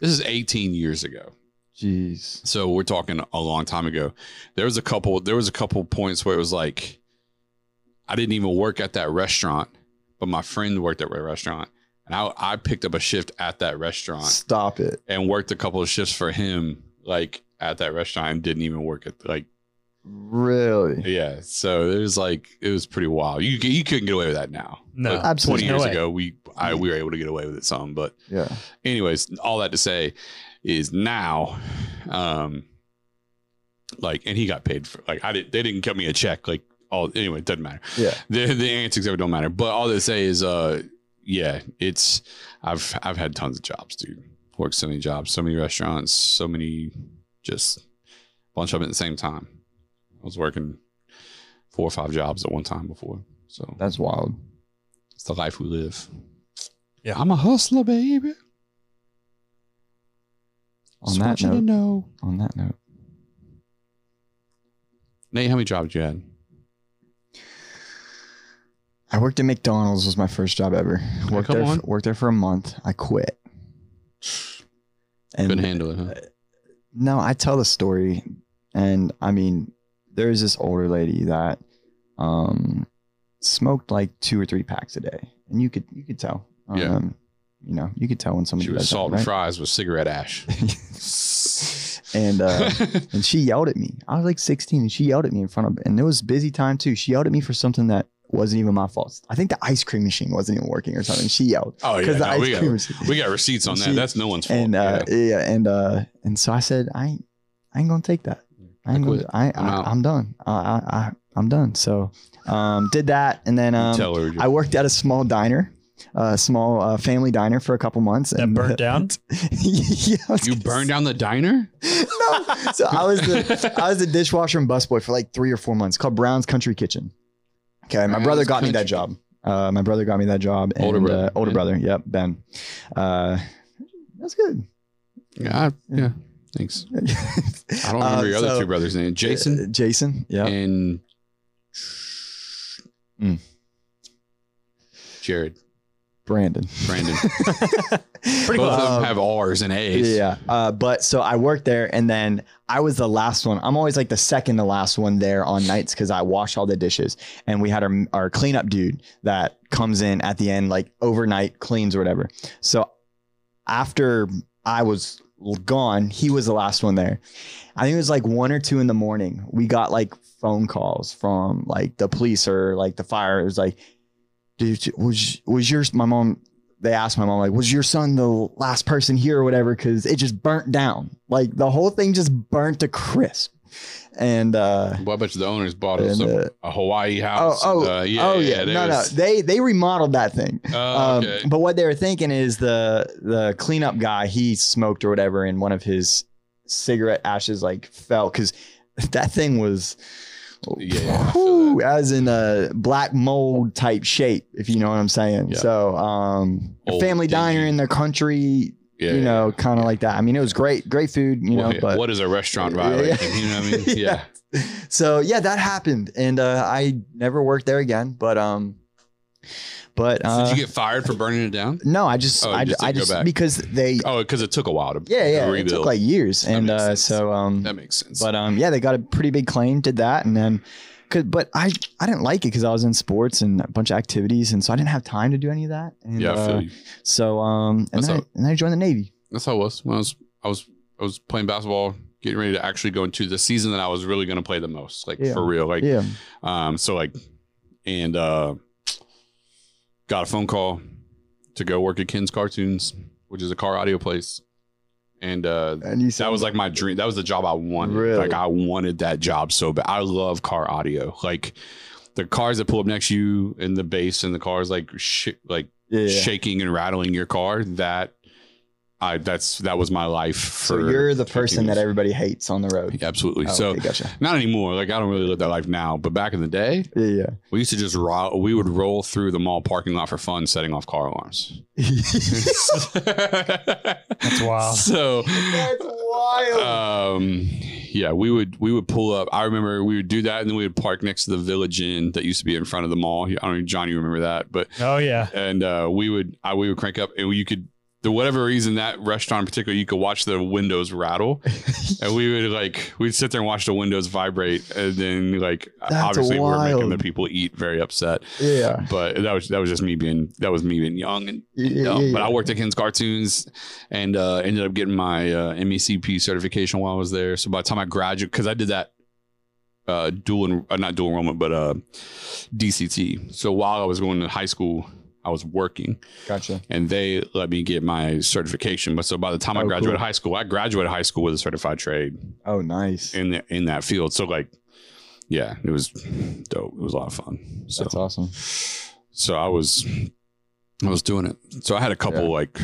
Speaker 2: This is 18 years ago.
Speaker 1: <laughs> jeez.
Speaker 2: so we're talking a long time ago there was a couple there was a couple points where it was like i didn't even work at that restaurant but my friend worked at that restaurant and i, I picked up a shift at that restaurant
Speaker 1: Stop it.
Speaker 2: and worked a couple of shifts for him like at that restaurant and didn't even work at like
Speaker 1: Really?
Speaker 2: yeah so it was like it was pretty wild you you couldn't get away with that now
Speaker 4: No,
Speaker 2: Like,
Speaker 1: absolutely
Speaker 2: 20 years
Speaker 4: no way.
Speaker 2: ago we I, we were able to get away with it some but
Speaker 1: Yeah.
Speaker 2: anyways all that to say is now Um, like, and he got paid for like I did. They didn't cut me a check. Like, all anyway, it doesn't matter.
Speaker 1: Yeah.
Speaker 2: the the antics of it don't matter. But all they say is, uh, yeah, it's I've I've had tons of jobs, dude. Worked so many jobs, so many restaurants, so many just a bunch of them at the same time. I was working four or five jobs at one time before, so
Speaker 1: That's wild.
Speaker 2: it's the life we live.
Speaker 3: Yeah.
Speaker 2: I'm a hustler, baby.
Speaker 1: On
Speaker 2: Just
Speaker 1: that
Speaker 2: want you to
Speaker 1: note-
Speaker 2: know.
Speaker 1: On that note,
Speaker 2: Nate, how many jobs you had?
Speaker 1: I worked at McDonald's was my first job ever. Worked
Speaker 2: come
Speaker 1: there,
Speaker 2: on.
Speaker 1: worked there for a month. I quit. And
Speaker 2: Couldn't handle it, huh?
Speaker 1: no, I tell the story, and I mean, there's this older lady that um, smoked like two or three packs a day, and you could you could tell.
Speaker 2: Yeah.
Speaker 1: Um, you know, you could tell when somebody
Speaker 2: She was
Speaker 1: does
Speaker 2: salt
Speaker 1: that,
Speaker 2: and
Speaker 1: right?
Speaker 2: fries with cigarette ash.
Speaker 1: <laughs>
Speaker 2: <laughs>
Speaker 1: and uh, and she yelled at me. I was like 16, and she yelled at me in front of, and it was busy time too. She yelled at me for something that wasn't even my fault. I think the ice cream machine wasn't even working or something. She yelled
Speaker 2: oh yeah,
Speaker 1: because
Speaker 2: no,
Speaker 1: the ice
Speaker 2: we got
Speaker 1: cream machine.
Speaker 2: we got receipts on that.
Speaker 1: She-
Speaker 2: That's no one's fault.
Speaker 1: and uh,
Speaker 2: yeah.
Speaker 1: yeah. and uh, and so I said, I, ain't- I ain't gonna take that. I
Speaker 2: I
Speaker 1: ain't gonna,
Speaker 2: quit.
Speaker 1: I,
Speaker 2: I'm out.
Speaker 1: I, I'm done. I, I, I, I'm done. So, um, did that, and then
Speaker 2: You
Speaker 1: um,
Speaker 2: tell her.
Speaker 1: I worked at a small diner, a small uh, family diner for a couple months.
Speaker 4: That
Speaker 1: and- <laughs> uh,
Speaker 4: burnt down?
Speaker 1: yeah, I was
Speaker 2: you
Speaker 1: gonna <laughs>
Speaker 2: burned down the diner.
Speaker 1: no. So I was
Speaker 2: <laughs>
Speaker 1: the I was the dishwasher and busboy for like three or four months. Called Brown's Country Kitchen. Okay, my
Speaker 2: Brown's
Speaker 1: brother got me
Speaker 2: Country
Speaker 1: that job. Uh, my brother got me that job. And,
Speaker 2: Older brother,
Speaker 1: uh, older
Speaker 2: yeah.
Speaker 1: brother. Yep, Ben. Uh, that's good.
Speaker 2: Yeah, I- yeah. Thanks. I don't remember
Speaker 1: Uh,
Speaker 2: your other two brothers' name. Jason
Speaker 1: Um, Jason. uh, Yeah.
Speaker 2: and
Speaker 1: Mm.
Speaker 2: Jared,
Speaker 1: Brandon.
Speaker 2: Brandon.
Speaker 1: <laughs> Pretty
Speaker 2: Both of them have R's and A's.
Speaker 1: Yeah. Uh, but so I worked there and then I was the last one. I'm always like the second to last one there on nights because I wash all the dishes. And we had our, our cleanup dude that comes in at the end, like overnight cleans or whatever. So after I was gone, he was the last one there. I think it was like one or two in the morning. We got like phone calls from like the police or like the fire. It was like, dude, was, was yours, my mom, they asked my mom like was your son the last person here or whatever because it just burnt down like the whole thing just burnt to crisp and uh
Speaker 2: Well, I bet you the owners bought us
Speaker 1: and,
Speaker 2: a,
Speaker 1: uh,
Speaker 2: a Hawaii house.
Speaker 1: oh,
Speaker 2: and, uh, yeah,
Speaker 1: oh yeah,
Speaker 2: they
Speaker 1: no <laughs>
Speaker 2: was-
Speaker 1: no they they remodeled that thing
Speaker 2: Oh,
Speaker 1: um,
Speaker 2: okay.
Speaker 1: but what they were thinking is the the cleanup guy he smoked or whatever and one of his cigarette ashes like fell because <laughs> that thing was
Speaker 2: Yeah, yeah, I feel
Speaker 1: whew, as in a black mold type shape if you know what i'm saying
Speaker 2: Yeah.
Speaker 1: so um a
Speaker 2: Old,
Speaker 1: family diner
Speaker 2: dingy.
Speaker 1: in the country
Speaker 2: yeah,
Speaker 1: you
Speaker 2: yeah,
Speaker 1: know,
Speaker 2: yeah.
Speaker 1: kind of like that. I mean, it was great, great food, you know.
Speaker 2: What-
Speaker 1: But
Speaker 2: what is a restaurant
Speaker 1: Yeah, yeah.
Speaker 2: violation? You know what I
Speaker 1: <laughs>
Speaker 2: mean? Yeah.
Speaker 1: Yeah. so yeah, that happened, and uh, I never worked there again. But um, but uh,
Speaker 2: Did you get fired for burning it down?
Speaker 1: no, I just,
Speaker 2: Oh, you
Speaker 1: I
Speaker 2: just
Speaker 1: just, I
Speaker 2: didn't go
Speaker 1: just
Speaker 2: back.
Speaker 1: because they,
Speaker 2: Oh, because it took a while to
Speaker 1: yeah, yeah, it
Speaker 2: rebuild.
Speaker 1: took like years,
Speaker 2: That
Speaker 1: and
Speaker 2: makes
Speaker 1: uh,
Speaker 2: sense.
Speaker 1: so um,
Speaker 2: that makes sense.
Speaker 1: but um, yeah, they got a pretty big claim, did that, and then. Cause, but I, I didn't like it because I was in sports and a bunch of activities, and so I didn't have time to do any of that. And,
Speaker 2: yeah, I
Speaker 1: uh,
Speaker 2: feel you.
Speaker 1: so um, and
Speaker 2: That's
Speaker 1: then, I,
Speaker 2: all.
Speaker 1: and then I joined the Navy.
Speaker 2: that's how it was when I was I was I was playing basketball, getting ready to actually go into the season that I was really going to play the most, like
Speaker 1: Yeah.
Speaker 2: for real, like
Speaker 1: yeah,
Speaker 2: um. So like, and uh, got a phone call to go work at Ken's Cartoons, which is a car audio place, and uh,
Speaker 1: and you said
Speaker 2: that was like my dream. That was the job I wanted.
Speaker 1: Really?
Speaker 2: Like I wanted that job so bad. I love car audio, like. The cars that pull up next to you and the bass and the cars like shit, like
Speaker 1: yeah.
Speaker 2: shaking and rattling your car that i that's that was my life
Speaker 1: So
Speaker 2: for
Speaker 1: you're the
Speaker 2: 15
Speaker 1: person that
Speaker 2: years.
Speaker 1: everybody hates on the road.
Speaker 2: absolutely
Speaker 1: Oh,
Speaker 2: so
Speaker 1: okay,
Speaker 2: <laughs>
Speaker 1: gotcha.
Speaker 2: not anymore like i don't really live that life now but back in the day
Speaker 1: Yeah, yeah.
Speaker 2: we used to just ro- we would roll through the mall parking lot for fun setting off car alarms Uh, that's
Speaker 4: wild.
Speaker 2: so
Speaker 1: wild.
Speaker 2: um yeah we would we would pull up i remember we would do that and then we would park next to the village inn that used to be in front of the mall i don't know john you remember that but
Speaker 4: Oh yeah.
Speaker 2: and uh, we would I, we would crank up and you could for whatever reason that restaurant in particular you could watch the windows rattle and we would like we'd sit there and watch the windows vibrate and then like
Speaker 1: That's
Speaker 2: obviously we were making
Speaker 1: wild.
Speaker 2: the people eat very upset
Speaker 1: yeah.
Speaker 2: but that was that was just me being that was me being young and
Speaker 1: Yeah,
Speaker 2: dumb.
Speaker 1: yeah,
Speaker 2: but
Speaker 1: yeah.
Speaker 2: I worked at Ken's Cartoons and uh, ended up getting my uh, MECP certification while I was there so by the time I graduated because I did that uh, dual en- uh, not dual enrollment but uh, DCT so while I was going to high school I was working
Speaker 1: Gotcha.
Speaker 2: and they let me get my certification. But so by the time I
Speaker 1: Oh,
Speaker 2: graduated
Speaker 1: cool.
Speaker 2: high school, I graduated high school with a certified trade
Speaker 1: Oh, nice.
Speaker 2: in the, in that field. So like, yeah, it was dope. It was a lot of fun. So
Speaker 1: That's awesome.
Speaker 2: so I was I was doing it. So I had a couple
Speaker 1: Yeah.
Speaker 2: like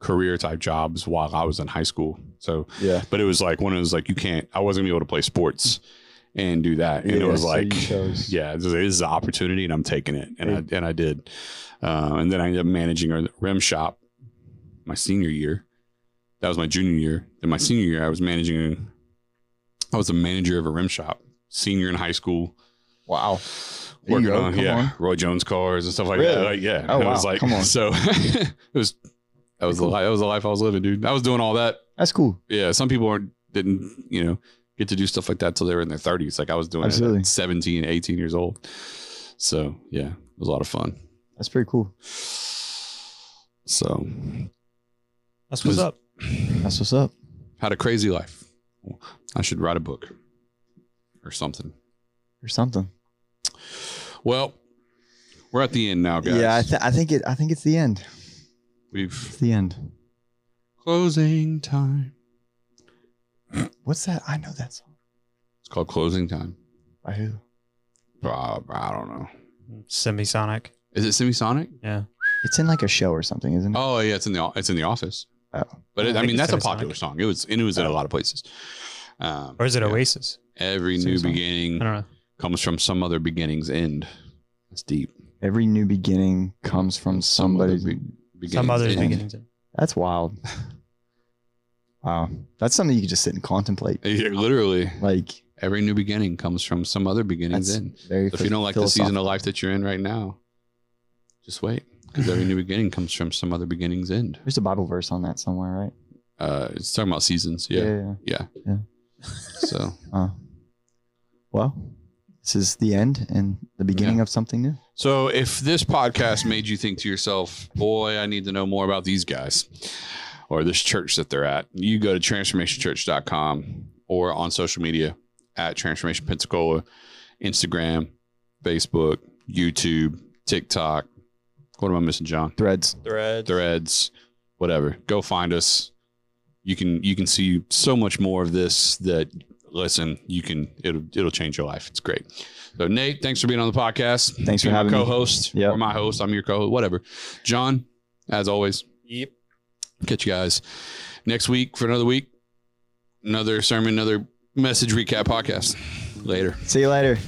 Speaker 2: career type jobs while I was in high school. So
Speaker 1: Yeah.
Speaker 2: but it was like when it was like you can't I wasn't gonna be able to play sports and do that. And
Speaker 1: Yeah,
Speaker 2: it was
Speaker 1: so
Speaker 2: like
Speaker 1: you chose-
Speaker 2: yeah, this is an opportunity and I'm taking it. And I and I did. Uh, and then I ended up managing a rim shop my senior year. That was my junior year. Then my senior year I was managing I was a manager of a rim shop, senior in high school
Speaker 1: Wow. There you
Speaker 2: working
Speaker 1: go.
Speaker 2: on
Speaker 1: Come
Speaker 2: yeah
Speaker 1: on.
Speaker 2: Roy Jones cars and stuff like that.
Speaker 1: Really?
Speaker 2: Like, yeah,
Speaker 1: Oh,
Speaker 2: it was
Speaker 1: wow.
Speaker 2: like
Speaker 1: Come on.
Speaker 2: so <laughs> it was that was the life, that was the life I was living, dude. I was doing all that.
Speaker 1: That's cool.
Speaker 2: Yeah, some people aren't didn't you know get to do stuff like that till they were in their thirties. Like I was doing it
Speaker 1: Absolutely.
Speaker 2: at 17, 18 years old. So yeah, it was a lot of fun.
Speaker 1: That's pretty cool.
Speaker 2: So
Speaker 4: That's what's
Speaker 2: Was-
Speaker 4: up.
Speaker 1: That's what's up.
Speaker 2: had a crazy life. I should write a book or something.
Speaker 1: Or something.
Speaker 2: Well, we're at the end now, guys.
Speaker 1: Yeah, I, th- I think it. I think it's the end.
Speaker 2: we've
Speaker 1: It's the end.
Speaker 2: closing time.
Speaker 1: What's that? I know that song.
Speaker 2: It's called closing time.
Speaker 1: By who?
Speaker 2: Bob, I don't know.
Speaker 4: Semisonic.
Speaker 2: Is it Semisonic?
Speaker 4: Yeah.
Speaker 1: It's in like a show or something, isn't it?
Speaker 2: Oh yeah, it's in the it's in the office.
Speaker 1: Oh.
Speaker 2: But it,
Speaker 4: I
Speaker 2: I,
Speaker 4: think
Speaker 2: mean,
Speaker 4: it's
Speaker 2: that's a
Speaker 4: Semisonic.
Speaker 2: popular song. It was and it was in a lot of places. Um,
Speaker 4: Or is it
Speaker 2: yeah.
Speaker 4: Oasis?
Speaker 2: Every new
Speaker 1: Semisonic.
Speaker 4: I
Speaker 2: beginning
Speaker 4: don't know.
Speaker 2: comes from some other beginning's end. That's deep.
Speaker 1: Every new beginning comes from
Speaker 2: Some other
Speaker 1: somebody's.
Speaker 2: be- beginning's
Speaker 4: Some other
Speaker 2: end.
Speaker 4: beginnings.
Speaker 1: That's
Speaker 2: <laughs>
Speaker 1: wild. wow, that's something you could just sit and contemplate.
Speaker 2: Yeah, literally,
Speaker 1: Like
Speaker 2: every new beginning comes from some other beginning's
Speaker 1: that's
Speaker 2: end.
Speaker 1: very.
Speaker 2: So if you don't like the season of life that you're in right now, just wait, because
Speaker 1: <laughs>
Speaker 2: every new beginning comes from some other beginning's end.
Speaker 1: there's a Bible verse on that somewhere, right?
Speaker 2: Uh, it's talking about seasons. Yeah,
Speaker 1: yeah.
Speaker 2: yeah.
Speaker 1: Yeah.
Speaker 2: So,
Speaker 1: Uh, well, this is the end and the beginning of something new.
Speaker 2: so if this podcast made you think to yourself, "Boy, I need to know more about these guys," or this church that they're at, you go to transformationchurch.com or on social media at Transformation Pensacola, Instagram, Facebook, YouTube, TikTok. What am I missing, John?
Speaker 1: Threads.
Speaker 3: Threads.
Speaker 2: threads, whatever. Go find us. You can you can see so much more of this that listen, you can it'll it'll change your life. It's great. So Nate, thanks for being on the podcast.
Speaker 1: Thanks for
Speaker 2: Being
Speaker 1: having
Speaker 2: my
Speaker 1: me.
Speaker 2: co-host
Speaker 1: Yep.
Speaker 2: or my host. I'm your co-host, whatever. John, as always,
Speaker 3: Yep.
Speaker 2: catch you guys next week for another week, another sermon, another message recap podcast. Later.
Speaker 1: See you later.